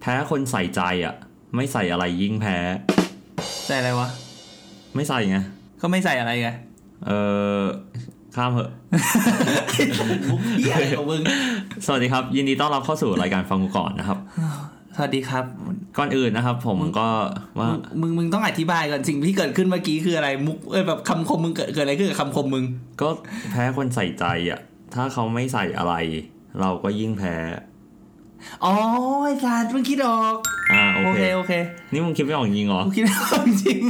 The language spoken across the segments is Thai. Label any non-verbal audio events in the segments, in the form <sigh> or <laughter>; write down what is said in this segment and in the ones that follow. แพ้คนใส่ใจอ่ะ ไม่ใส่อะไรยิ่งแพ้ ใส่อะไรวะ ไม่ใส่ไง ก็ไม่ใส่อะไรไง เออข้ามเหอะ มุกเหี้ยอะไรของมึง สวัสดีครับ ยินดีต้อนรับเข้าสู่รายการฟังกูก่อนนะครับ สวัสดีครับ ก่อนอื่นนะครับ ผมก็ว่า มึงมึงมึงต้องอธิบายก่อนสิ่งที่เกิดขึ้นเมื่อกี้คืออะไรมุกเอ้ยแบบคำคมมึงเกิดเกิดอะไรขึ้นกับคำคมมึง ก็แพ้คนใส่ใจอ่ะ ถ้าเขาไม่ใส่อะไร เราก็ยิ่งแพ้ อ๋อไอ้สารมึงคิดออก อ่าโอ โอ เค เคโอเค นี่มึงคิดไม่ออกจริงเหรอ กูคิดออกจริง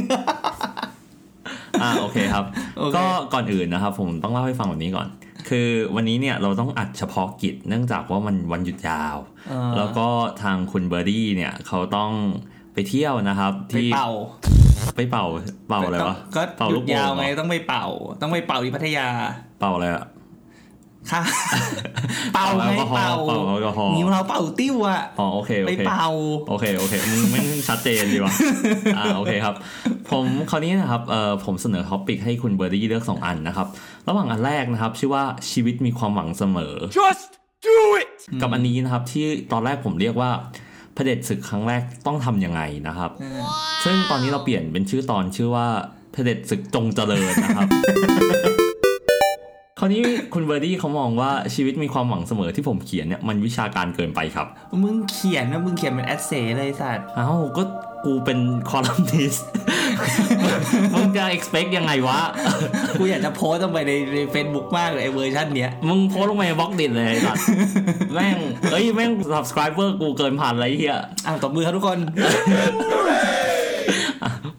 อ่าโอเคครับ โอเค ก็ก่อนอื่นนะครับ ผมต้องเล่าให้ฟังแบบนี้ก่อน คือวันนี้เนี่ยเราต้องอัดเฉพาะกิจเนื่องจากว่ามันวันหยุดยาว เออ แล้วก็ทางคุณเบอร์ดี้เนี่ยเขาต้องไปเที่ยวนะครับ ไป ที่ เป่า ไปเป่าเป่าอะไรวะ ก็ เป่า ห ลู ยุ ก ด โป่ง ยาว เหร ไง อ ต้องไปเป่า ต้องไปเป่าที่พัทยา <laughs> เป่าอะไรอะ ค่ะ เป่าไง แอลกอฮอ เป่า ล์เป่าแอลกอฮอล์ นิ้วเราเป่าติ้วอะ อ๋อโอเคโอ ไป เค เป่า โอเค โอเคมึงไม่งชัดเจนดี <laughs> ว่ะ อ่า โอเคครับ ผมคราวนี้นะครับ เอ่อ ผมเสนอท็อปิกให้คุณเบอร์ดี้เลือกสองอันนะครับ ระหว่างอันแรกนะครับ ชื่อว่าชีวิตมีความหวังเสมอ just do it กับอันนี้นะครับ ที่ตอนแรกผมเรียกว่าเผด็จศึกครั้งแรกต้องทำยังไงนะครับ ซึ่งตอนนี้เราเปลี่ยนเป็นชื่อตอนชื่อว่าเผด็จศึกจงเจริญนะครับ คราวนี้คุณเบอร์ดี้เขามองว่าชีวิตมีความหวังเสมอที่ผมเขียนเนี่ยมันวิชาการเกินไปครับ มึงเขียนนะมึงเขียนเป็นแอสเซเลยสัตว์ เอ้าก็กูเป็นคอลัมนิสต์ <laughs> มึงจะ expect ยังไงวะ กูอยากจะโพสต์ลงไปในในเฟซบุ๊กมากเลยไอ้เวอร์ชันเนี้ย มึงโพสต์ลงไปบล็อกดิดเลยไอ้สัตว์แม่งเอ้ย แม่ง subscriber กูเกินพันอะไรเฮีย อ่ะตบมือครับทุกคน <laughs>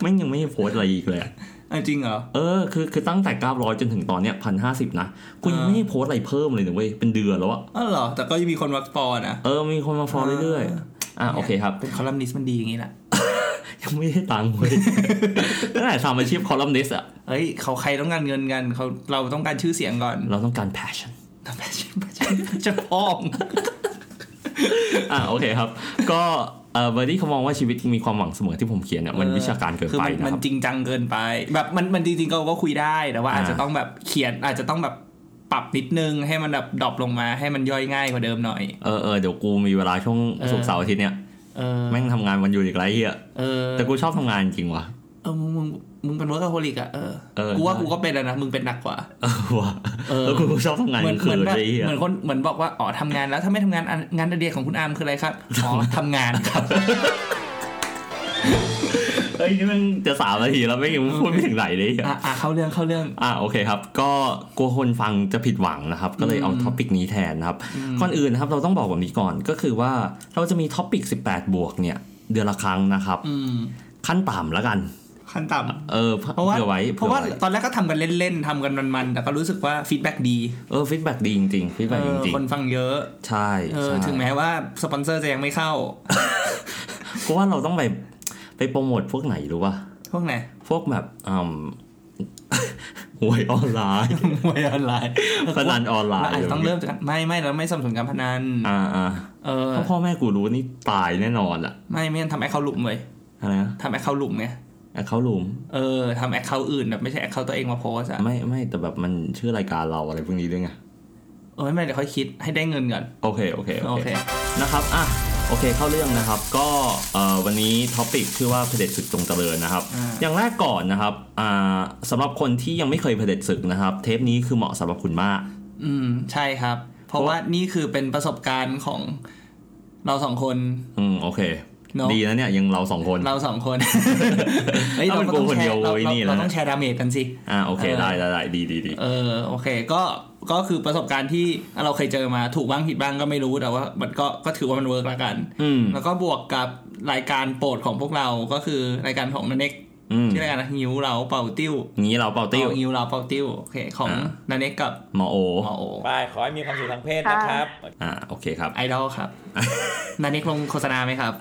แม่งยังไม่ได้โพสต์อะไรอีกเลยอะ เอาจริงเหรอ เออ คือคือตั้งแต่ 900 จนถึงตอนเนี้ยพันห้าสิบนะ กูยังไม่ได้โพสต์อะไรเพิ่มเลยนะเว้ย เป็นเดือนแล้วอะ อ้าวเหรอ แต่ก็ยังมีคนวักปอนะ เออ มีคนมาฟอลเรื่อยๆ อ่ะ โอเคครับ เป็นคอลัมนิสต์มันดีอย่างนี้แหละ ยังไม่ได้ตังค์ <laughs> เว้ยตั้งแต่ทำอาชีพคอลัมนิสต์อะ เอ้ย เขาใครต้องการเงินกันเขาเราต้องการชื่อเสียงก่อน เราต้องการ passion ทำไมชื่อจะพ้อง อ่าโอเคครับ ก็เออเบอร์ดี้เขามองว่าชีวิตมีความหวังเสมอที่ผมเขียนเนี่ยมันวิชาการเกิน คือ ไป มัน นะ มัน ครับ จริงจังเกินไป แบบมันมันจริงๆเราก็คุยได้แต่ว่าอาจจะ อ่า ต้องแบบเขียนอาจจะต้องแบบปรับนิดนึงให้มันแบบดรอปลงมาให้มันย่อยง่ายกว่าเดิมหน่อย เออเออเดี๋ยวกูมีเวลาช่วง เออ ศุกร์เสาร์อาทิตย์เนี่ย เออ แม่งทำงานวันหยุดอีกไรเฮีย เออ แต่กูชอบทำงานจริงว่ะ เออมึงมึงมึงเป็น workaholic อะเออ เออ กูว่า ใช่ กูก็เป็นอะนะ มึงเป็นหนักกว่า เออว่ะ เออ แล้วกูก็ชอบทำงาน เหมื ก น ลาง เห คื มื น นแบบ เลยเฮีย เหมือนคนเหมือนบอกว่า อ๋อทำงานแล้วถ้าไม่ทำงานอันงานอดิเรกของคุณอาร์มคืออะไรครับ อ๋อทำงานครับ เอ้ยนี่แม่งจะสามนาทีแล้วแม่งยังพูดไม่ถึงไหนเลยเหี้ย อ่ะอ่ะเข้าเรื่องเข้าเรื่อง อ่าโอเคครับ ก็กลัวคนฟังจะผิดหวังนะครับ ก็เลยเอาท็อปิกนี้แทนนะครับก่อนอื่นนะครับเราต้องบอกแบบนี้ก่อนก็คือว่าเราจะมีท็อปิก18 บวกเนี่ยเดือนละครั้งนะครับ อืม ขั้นต่ำแล้วกัน ขั้นต่ เออ ำเพราะว่า เผื่อไว้ เพราะว่า ผื่อไ ตอนแรกก็ทำกันเล่นๆทำกันมันๆแต่ก็รู้สึกว่าฟีดแบ็กดี เออฟีดแบ็ดีจริงๆฟีด เอ แบ็จ อ ริง คนฟังเยอะ ๆ ใช่ เออ ใช่ ถึงแม้ว่าสปอนเซอร์จะยังไม่เข้า เพราะว่าเราต้องไปไปโปรโมทพวกไหนรู้ป่ะ พวกไหน <laughs> พวกแบบอืม <laughs> หวยออนไล <laughs> น์ มวยออนไลน์ พนันออนไล เรา น์ อาจจะต้องเริ่มจากไม่ไม่เราไม่สนับสนุนการพนัน อ่าอ่า เออ ถ้าพ่อแม่กูรู้นี่ตายแน่นอนอะ ไม่ไม่งั้นทำแอคเคาท์หลุมเลย อะไรนะ ทำแอคเคาท์หลุมไง เขาลุม เออทำแอคเคาท์อื่นแบบไม่ใช่แอคเคาท์ตัวเองมาโพสอะ ไม่ไม่แต่แบบมันชื่อรายการเราอะไรพวกนี้ด้วยไง เออไม่เป็นไรเดี๋ยวค่อยคิดให้ได้เงินก่อน โอเคโอเค โอเค นะครับอ่ะโอเคเข้าเรื่องนะครับ ก็เอ่อวันนี้ท็อปิกชื่อว่าเผด็จศึกจงเจริญนะครับ อ่า อย่างแรกก่อนนะครับอ่าสำหรับคนที่ยังไม่เคยเผด็จศึกนะครับ เทปนี้คือเหมาะสำหรับคุณมาก อืมใช่ครับ เพราะว่านี่คือเป็นประสบการณ์ของเราสองคน อืมโอเค เนอะ ดีนะเนี่ยยังเราสองคน เราสองคน ถ้าเป็นกูคนเดียว เรา โอ้ย เรา นี่แหละ เราต้องแชร์ดาเมจกันสิ อ่าโอเค เออ ได้ได้ได้ดีดีดี เออโอเคก็ก็คือประสบการณ์ที่เราเคยเจอมาถูกบ้างผิดบ้างก็ไม่รู้แต่ว่า มันก็ก็ถือว่ามันเวิร์กละกัน อืม แล้วก็บวกกับรายการโปรดของพวกเราก็คือรายการของนันเน็ก อืม ที่รายการนะงิ้วเราเป่าติ้ว งี้เราเป่าติ้ว เอางิ้วเราเป่าติ้วโอเคของ อ่า นันเน็กกับ หมอโอ หมอโอ ไปขอให้มีความสุขทางเพศนะครับ อ่าโอเคครับ ไอดอล <laughs> ครับ นานิกลงโฆษณาไหมครับ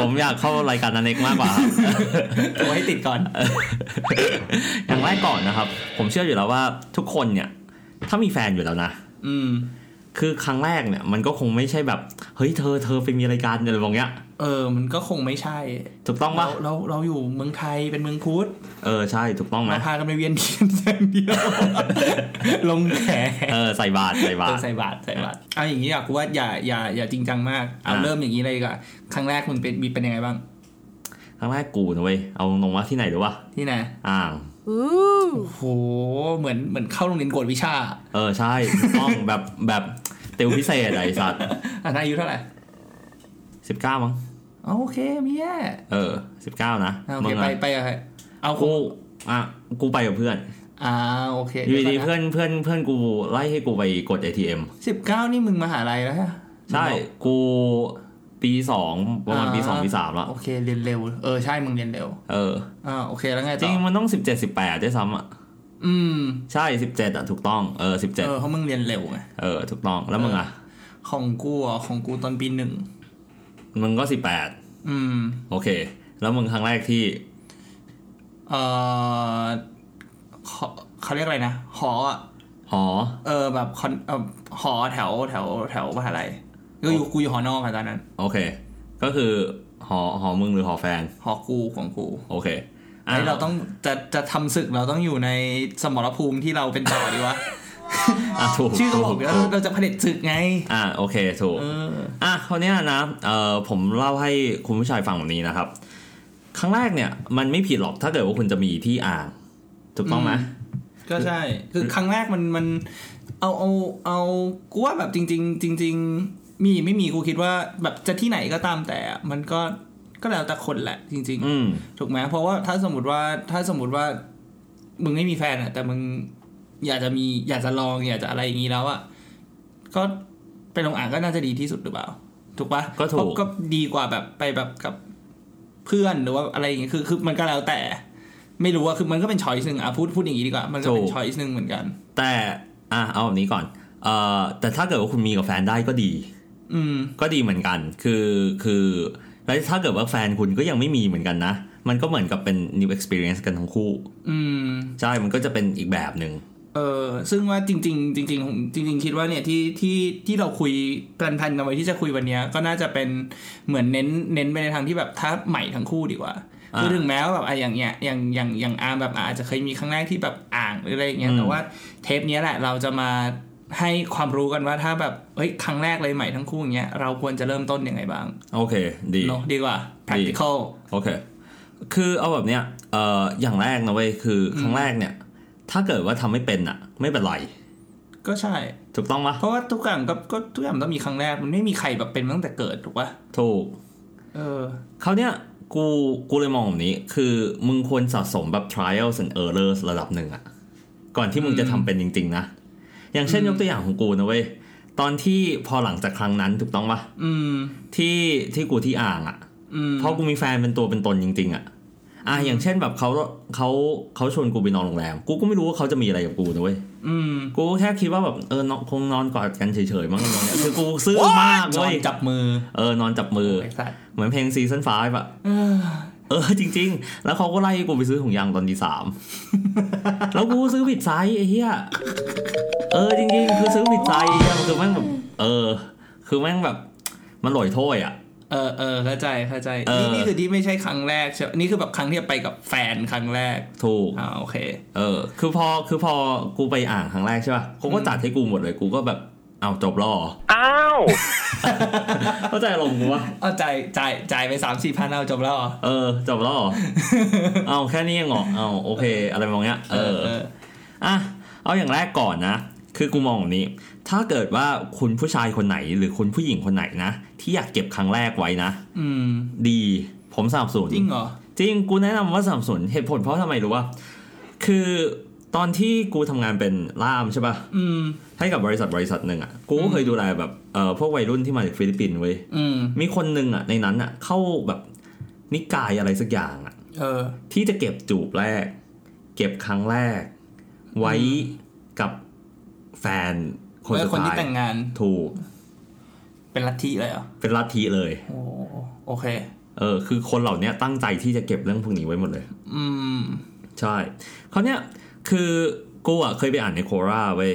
ผมอยากเข้ารายการนันเอกมากกว่าครับ <laughs> โทรให้ติดก่อน อย่างแรกก่อนนะครับ ผมเชื่ออยู่แล้วว่าทุกคนเนี่ย ถ้ามีแฟนอยู่แล้วนะ อืม คือครั้งแรกเนี่ยมันก็คงไม่ใช่แบบเฮ้ยเธอเธอไปมีรายการอะไรแบบเนี้ย เออ มันก็คงไม่ใช่ ถูกต้องปะ เราเราเราอยู่เมืองไทยเป็นเมืองพุทธ เออใช่ถูกต้องไหม เราพากันไปเวียนเทียนอย่างเดี <laughs> ยว ลงแขก เออใส่บาตรใส่บา เอ ต อ ร ใส่บาตรใส่บาตรเอาอย่างนี้อยากว่าอย่าอย่าอย่าจริงจังมากเอา อ่ะ เริ่มอย่างนี้เลยดีกว่อนครั้งแรกมันเป็นมีเป็นยังไงบ้าง ครั้งแรกกูนะเว้ยเอาลงว่าที่ไหนหรือวะ ที่ไหน อ่าง อู้ โอ้โหเหมือนเหมือนเข้าโรงเรียนกวดวิชา <laughs> เออใช่ถูกต้อง แบบแบบติวพิเศษอะไอสัตว์ อันนั้นอายุเท่าไหร่ สิบเก้ามั้ง อ๋อโอเคไม่แย่ เออสิบเก้านะ อ่ะโอ มึ เค ง ไป อะ ไปกับใครเอา กูอ่ะกูไปกับเพื่อน อ่าโอเค อยู่ดีๆเพื่อนเพื่อนเพื่อนกูไล่ให้กูไปกด ATM สิบเก้านี่มึงมหาลัยแล้วฮะ ใช่กูปีสองประมาณปีสองปีสามละ โอเคเรียนเร็วเออใช่มึงเรียนเร็ว เออ อ่าโอเคแล้วไง จ ต่ ริ อง มันต้องสิบเจ็ดสิบแปดด้วยซ้ำอ่ะ อืม ใช่สิบเจ็ดอ่ะถูกต้องเออสิบเจ็ด เออเพราะมึงเรียนเร็วไง เออถูกต้องแล้วมึงอ่ะ ของกูอ่ะของกูตอนปีหนึ่ง มึงก็สิบแปด อืม โอเค แล้วมึงครั้งแรกที่ เออเขาเขาเรียกอะไรนะหออ่ะ หอ เออแบบคอนเออหอแถวแถวแถวมหาลัยก็อยู่กูอยู่หอนอกอะตอนนั้น โอเค ก็คือหอหอมึงหรือหอแฟน หอกูของกู โอเค ไอ้ยเราต้องจะจะทำศึกเราต้องอยู่ในสมรภูมิที่เราเป็นต่อดี <laughs> วะ อ่ะถูก ชื่อก็บอก ถู แล้ว ถู เราจะเผด็จศึกไง อ่ะโอเคถูก เออ อ่ะคราวเนี้ยนะเอ่อผมเล่าให้คุณผู้ชายฟังแบบนี้นะครับ ครั้งแรกเนี่ยมันไม่ผิดหรอกถ้าเกิดว่าคุณจะมีที่อ่างถูกต้องไหม อืม ก็ใช่ คือครั้งแรกมันมันเอาเอาเอากูว่าแบบจริง ๆ จริง ๆ มีไม่มีกูคิดว่าแบบจะที่ไหนก็ตามแต่อะมันก็ก็แล้วแต่คนแหละ จริง อืม ๆ ถูกไหมเพราะว่าถ้าสมมติว่าถ้าสมมติว่า มึงไม่มีแฟนอะแต่มึงอยากจะมีอยากจะลองอยากจะอะไรอย่างนี้แล้วอะก็ไปลงอ่างก็น่าจะดีที่สุดหรือเปล่า ถูกปะ ก็ถูก เพราะก็ดีกว่าแบบไปแบบกับเพื่อนหรือว่าอะไรอย่างเงี้ยคือคือมันก็แล้วแต่ ไม่รู้ว่าคือมันก็เป็นช้อยส์หนึ่งอะพูดพูดอย่างนี้ดีกว่า มันก็เป็นช้อยส์หนึ่งเหมือนกัน แต่อ่ะเอาแบบนี้ก่อนเอ่อแต่ถ้าเกิดว่าคุณมีกับแฟนได้ก็ดี อืม ก็ดีเหมือนกัน คือคือแล้วถ้าเกิดว่าแฟนคุณก็ยังไม่มีเหมือนกันนะ มันก็เหมือนกับเป็น new experience กันทั้งคู่ อืม ใช่มันก็จะเป็นอีกแบบหนึ่ง เออซึ่งว่าจริง ๆ จริงๆผมจริง ๆ คิดว่าเนี่ยที่ที่ที่เราคุยแพลนๆกันไว้ที่จะคุยวันเนี้ยก็น่าจะเป็นเหมือนเน้นเน้นไปในทางที่แบบถ้าใหม่ทั้งคู่ดีกว่า ะ คือถึงแม้ว่าแบบอะอย่างเนี้ยอย่างอย่างอย่างอาร์มแบบอาจจะเคยมีครั้งแรกที่แบบอ่างหรืออะไรอย่างเงี้ย อืม แต่ว่าเทปเนี้ยแหละเราจะมาให้ความรู้กันว่าถ้าแบบเฮ้ยครั้งแรกเลยใหม่ทั้งคู่อย่างเงี้ยเราควรจะเริ่มต้นยังไงบ้าง โอเค ดี เนาะดีกว่า practical โอเค คือเอาแบบเนี้ยเอ่ออย่างแรกนะเว้ย คือครั้งแรกเนี่ย ถ้าเกิดว่าทำไม่เป็นอ่ะ ไม่เป็นไร ก็ใช่ ถูกต้องปะ เพราะว่าทุกอย่างก็ก็ทุกอย่างมันต้องมีครั้งแรกมันไม่มีใครแบบเป็นมาตั้งแต่เกิดถูกปะ ถูก เออ เขาวเนี้ยกูกูเลยมองแบบนี้ คือมึงควรสะสมแบบ trials and errors ระดับหนึ่งอะก่อนที่มึงจะทำเป็นจริง ๆ นะ อย่างเช่นยกตัวอย่างของกูนะเว้ย ตอนที่พอหลังจากครั้งนั้นถูกต้องปะ อืม ที่ที่กูที่อ่างอะ อืม เพราะกูมีแฟนเป็นตัวเป็นตนจริง ๆอะอ่ะอย่างเช่นแบบเขาเขาเขาชวนกูไปนอนโรงแรม กูก็ไม่รู้ว่าเขาจะมีอะไรกับกูนะเว้ย อืม กูก็แค่คิดว่าแบบเออนอนคงนอนกอดกันเฉยๆมั้งอะไรเนี่ยคือกูซื่อมาก จอ เว้ น ย จับมือ เออนอนจับมือ ไอ้สัตว์ เหมือนเพลงซีซั่นฟ้าแบบ เออ เออจริง ๆ แล้วเขาก็ไล่กูไปซื้อถุงยางตอนที่ <laughs> สาม แล้วกูซื้อผิดไซส์ไอ้เหี้ยเออจริงๆ คือซื้อผิดไซส์ไอ้เหี้ยคือแม่งแบบเออ คือแม่งแบบมันหลอยถ้วยอ่ะ เออเออเข้าใจเข้าใจ เออ นี่นี่คือที่ไม่ใช่ครั้งแรกใช่ปะนี่คือแบบครั้งที่ไปกับแฟนครั้งแรก ถูก อ่าโอเค เออ คือพอคือพอกูไปอ่างครั้งแรกใช่ป่ะเขาก็จัดให้กูหมดเลยกูก็แบบเอาวจบแล้วเหรอ อ้าว เข้าใจลงกูวะ เอาจ่ายจ่ายจ่ายไปสามสี่พันเอาจบแล้วเหรอ เออจบแล้วเหรอเอาแค่นี้ยังเหรอเอาโอเค อะไรมองเงี้ยเออ อ่ะเอาอย่างแรกก่อนนะ คือกูมองแบบนี้ ถ้าเกิดว่าคุณผู้ชายคนไหนหรือคุณผู้หญิงคนไหนนะ ที่อยากเก็บครั้งแรกไว้นะ อืม ดีผมสนับสนุน จริงเหรอ จริงกูแนะนำว่าสนับสนุนเหตุผลเพราะทำไมรู้ว่า คือตอนที่กูทำงานเป็นล่ามใช่ปะ่ะ อืม ให้กับบริษัทบริษัทหนึ่งอะ่ะกูก็เคยดูแลแบบเอ่อพวกวัยรุ่นที่มาจากฟิลิปปินส์เว้ย อืม มีคนหนึ่งอะ่ะในนั้นอะ่ะเข้าแบบนิกายอะไรสักอย่างอะ เออ ที่จะเก็บจูบแรก เก็บครั้งแรก ไว้กับแฟนคน ไว้ สุด คนที่ ท้าย แต่งงาน ถูก เป็นลัทธิเลยเหรอ เป็นลัทธิเลย โอ้โอเค เออคือคนเหล่าเนี้ยตั้งใจที่จะเก็บเรื่องพวกนี้ไว้หมดเลย อืม ใช่เขาวเนี้ยคือกูอ่ะเคยไปอ่านในโคราเว้ย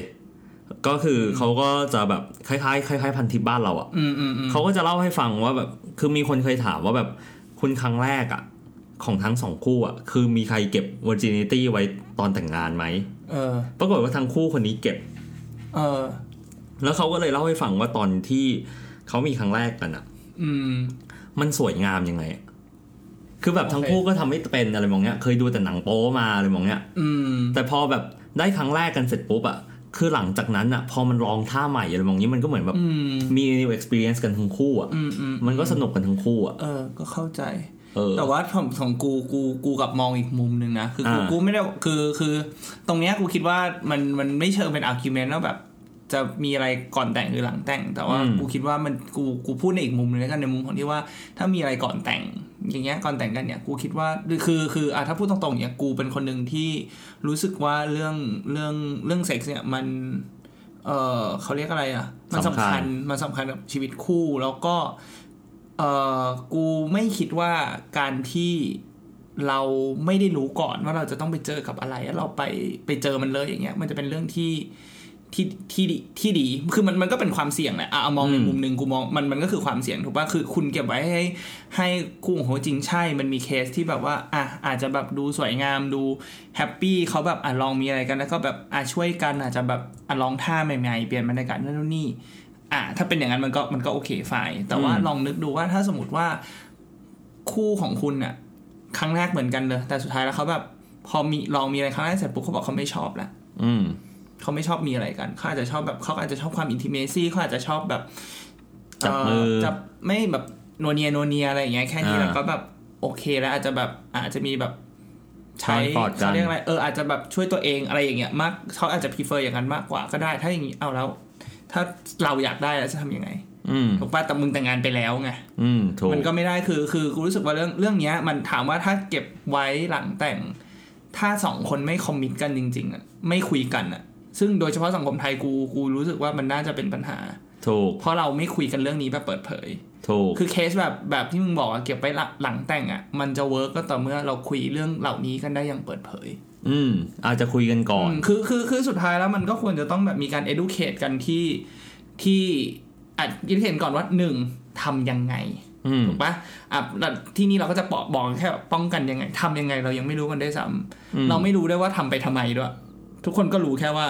ก็คือเขาก็จะแบบคล้ายๆคล้ายๆพันทิปบ้านเราอะ อืมอืมอืม เขาก็จะเล่าให้ฟังว่าแบบคือมีคนเคยถามว่าแบบคุณครั้งแรกอะของทั้งสองคู่อะคือมีใครเก็บ virginity ไว้ตอนแต่งงานไหม เออ ปรากฏว่าทั้งคู่คนนี้เก็บ เออ แล้วเขาก็เลยเล่าให้ฟังว่าตอนที่เขามีครั้งแรกกันอะ อืม มันสวยงามยังไงอะคือแบบทั้ง โอเค คู่ก็ทำไม่เป็นอะไรมองเนี้ย เคยดูแต่หนังโป๊มาอะไรมองเนี้ย อืม แต่พอแบบได้ครั้งแรกกันเสร็จปุ๊บอะคือหลังจากนั้นอะพอมันลองท่าใหม่อะไรมองนี้มันก็เหมือนแบบ อืม มี new experience กันทั้งคู่อะ อืมอืม มันก็สนุกกันทั้งคู่อะ เออ ก็เข้าใจ เออ แต่ว่าของของกูกูกูกลับมองอีกมุมหนึ่งนะคือกู อ่า กูไม่ได้คือคือตรงเนี้ยกูคิดว่ามันมันไม่เชิงเป็นอาร์กิวเมนต์ว่าแบบ จะมีอะไรก่อนแต่งหรือหลังแต่ง แต่ว่ากูคิดว่ามันกูกูพูดในอีกมุมหนึงแล้วกันในมุมของที่ว่า ถ้ามีอะไรก่อนแต่ง อย่างเงี้ยก่อนแต่งกันเนี่ยกูคิดว่าคือคือคืออ่ะถ้าพูดตรงๆเนี่ยกูเป็นคนหนึ่งที่รู้สึกว่าเรื่องเรื่องเรื่องเซ็กซ์เนี่ยมัน เออเขาเรียกอะไรอ่ะ มันสำ สำคั คัญ ญ มันสำคัญกับชีวิตคู่แล้วก็ เออกูไม่คิดว่าการที่เราไม่ได้รู้ก่อนว่าเราจะต้องไปเจอกับอะไรแล้วเราไปไปเจอมันเลยอย่างเงี้ย มันจะเป็นเรื่องที่ที่ที่ดีที่ดีคือมันมันก็เป็นความเสี่ยงแหละอ่ะเอามองใน อืม มุมหนึ่งกูมองมันมันก็คือความเสี่ยงถูกป่ะคือคุณเก็บไว้ให้ ให้คู่ของเขาจริงใช่ มันมีเคสที่แบบว่าอ่ะอาจจะแบบดูสวยงามดูแฮปปี้เขาแบบอ่ะลองมีอะไรกันแล้วก็แบบอ่ะช่วยกันอาจจะแบบอ่ะลองท่าใหม่ๆเปลี่ยนบรรยากาศนั่นนู่นนี่ อ่ะถ้าเป็นอย่างนั้นมันก็มันก็โอเคฝ่ายแต่ว่า อืม ลองนึกดูว่าถ้าสมมติว่าคู่ของคุณน่ะ ครั้งแรกเหมือนกันเลยแต่สุดท้ายแล้วเขาแบบ พอมีลองมีอะไรครั้งแรกเสร็จปุ๊บเขาบอกเขาไม่ชอบละ อืม เขาไม่ชอบมีอะไรกัน เขาอาจจะชอบแบบเขาอาจจะชอบความอินทิเมซี่เขาอาจจะชอบแบบ จับมือ เจับไม่แบบโนวเนียโนวเนียอะไรอย่างเงี้ยแค่นี้ อ่า แล้วก็แบบโอเคแล้วอาจจะแบบอาจจะมีแบบช้ใช้อนกอดกัน เขาเรียกอะไรเอออาจจะแบบช่วยตัวเองอะไรอย่างเงี้ยมากเขาอาจจะพ r e เ e r อย่างนั้นมากกว่าก็ได้ ถ้าอย่างนี้เอาแล้ว ถ้าเราอยากได้แล้วจะทำยังไง อืม ถูกป่ะแต่มึงแต่งงานไปแล้วไง อืมถูก มันก็ไม่ได้คือคือกูรู้สึกว่าเรื่องเรื่องเนี้ย มันถามว่าถ้าเก็บไว้หลังแต่ง ถ้าสองคนไม่คอมมิตกันจริง ๆอ่ะไม่คุยกันอ่ะ ซึ่งโดยเฉพาะสังคมไทยกูกูรู้สึกว่ามันน่าจะเป็นปัญหา ถูก เพราะเราไม่คุยกันเรื่องนี้แบบเปิดเผย ถูก คือเคสแบบแบบที่มึงบอกอ่ะเก็บไว้หลังหลังแต่งอ่ะมันจะเวิร์กก็ต่อเมื่อเราคุยเรื่องเหล่านี้กันได้อย่างเปิดเผย อืม อาจจะคุยกันก่อน อืมคือคือคือสุดท้ายแล้วมันก็ควรจะต้องแบบมีการ educate กันที่ที่อัดยิเห็นก่อนว่าหนึ่งทำยังไง อืม ถูกปะอ่ะแล้วที่นี่เราก็จะบอกบอกแค่แบบป้องกันยังไงทำยังไงเรายังไม่รู้กันได้วยซ้ อืม ำเราไม่รู้ได้วยว่าทำไปทำไมด้วย ทุกคนก็รู้แค่ว่า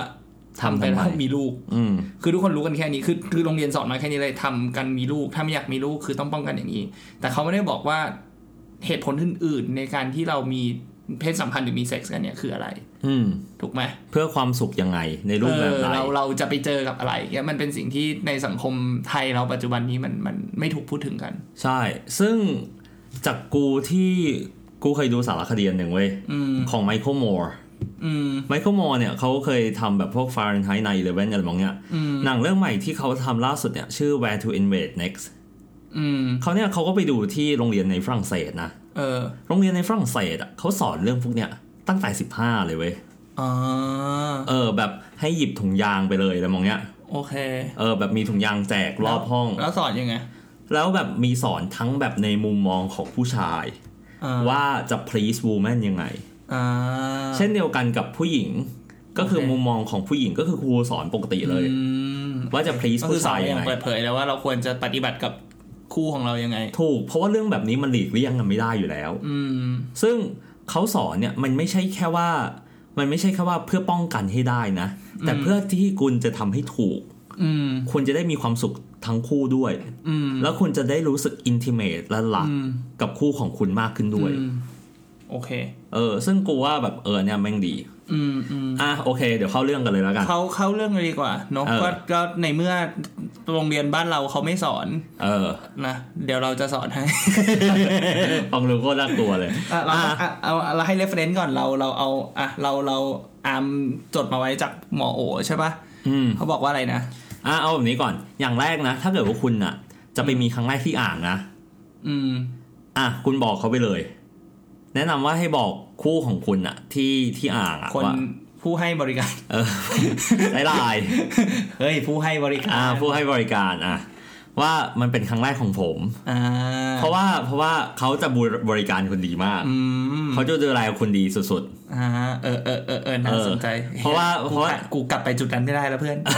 ทำ ไป ทำไม แล้วมีลูก อืม คือทุกคนรู้กันแค่นี้คือคือโรงเรียนสอนมาแค่นี้เลยทำกันมีลูก ถ้าไม่อยากมีลูกคือต้องป้องกันอย่างนี้ แต่เขาไม่ได้บอกว่าเหตุผลอื่น ๆ ในการที่เรามีเพศสัมพันธ์หรือมีเซ็กซ์กันเนี่ยคืออะไร อืม ถูกไหม เพื่อความสุขยังไงในรูปแบบไหน เออเราเราจะไปเจอกับอะไรเนี่ยมันเป็นสิ่งที่ในสังคมไทยเราปัจจุบันนี้มันมันไม่ถูกพูดถึงกัน ใช่ ซึ่งจากกูที่กูเคยดูสารคดีอันหนึ่งเว้ย อืม ของไมเคิลมอร์ อืม ไมเคิลมอร์เนี่ยเขาเคยทำแบบพวกฟา r ร n h ไ i ในเลเวนอะไรมองเนี้ย อืม หนังเรื่องใหม่ที่เขาทำล่าสุดเนี่ย ชื่อ Where to Invade Next อืม เขาเนี่ยเขาก็ไปดูที่โรงเรียนในฝรั่งเศสนะ เออ โรงเรียนในฝรั่งเศสอ่ะเขาสอนเรื่องพวกเนี้ยตั้งแต่ 15 เลยเว้ย อ๋อ เออแบบให้หยิบถุงยางไปเลยอะไรมองเนี้ย โอเค เออแบบมีถุงยางแจกรอบห้อง แล้วสอนยังไง แล้วแบบมีสอนทั้งแบบในมุมมองของผู้ชาย อ่ ว่าจะ please woman ยังไง อ่า เช่นเดียวกันกับผู้หญิง ก็คือ โอเค มุมมองของผู้หญิงก็คือครูสอนปกติเลย อืม ว่าจะ please ก็คื ผู้ อสอ ชาน ย อ ยั ย่างง ไง เปิดเผยแล้วว่าเราควรจะปฏิบัติกับคู่ของเรายังไง ถูก เพราะว่าเรื่องแบบนี้มันหลีกเลี่ยงกันไม่ได้อยู่แล้ว อืม ซึ่งเขาสอนเนี่ยมันไม่ใช่แค่ว่า มันไม่ใช่แค่ว่าเพื่อป้องกันให้ได้นะ แต่เพื่อที่คุณจะทำให้ถูก อืม คุณจะได้มีความสุขทั้งคู่ด้วย อืม แล้วคุณจะได้รู้สึกอินทิเมตและหลัก อืม กับคู่ของคุณมากขึ้นด้วย อืมโอเค เออ ซึ่งกูว่าแบบเออเนี่ยแม่งดี อืมอืม อ่ะโอเค เดี๋ยวเข้าเรื่องกันเลยแล้วกัน เขาเข้าเรื่องเลยดีกว่าเนอะ เออ ก็ก็ในเมื่อโรงเรียนบ้านเราเขาไม่สอน เอ <laughs> อ นะเดี๋ยวเราจะสอนให้ ฟังดูโคตรน่ากลัวเลย อ่ะเรา อ่ะ อ่ะเอาเอาเราให้เรฟเฟนซ์ก่อนเราเราเอาอ่ะเราเราอามจดมาไว้จากหมอโอใช่ปะ อืม เขาบอกว่าอะไรนะ อ่ะเอาแบบนี้ก่อน อย่างแรกนะ ถ้าเกิดว่าคุณอ่ะ จะไปมีครั้งแรกที่อ่างนะ อืม อ่ะ คุณบอกเขาไปเลย แนะนำว่าให้บอกคู่ของคุณอ่ะ ที่ที่อ่างอ่ะ คน ว่า ผู้ให้บริ <laughs> การ เออ <laughs> ไลน์ไลน์ เฮ้ยผู้ให้บริการ อ่ะผู้ให้บริการอ่ะ ว่ามันเป็นครั้งแรกของผม อ่า เพราะว่าเพราะว่าเขาจะบริการคุณดีมาก อืม เขาจะดูแลคุณดีสุด อ่าเออเออเออเออน่าสนใจ เออเพราะว่า กู เพราะว่า กูกลับไปจุดนั้นไม่ได้แล้วเพื่อน ๆ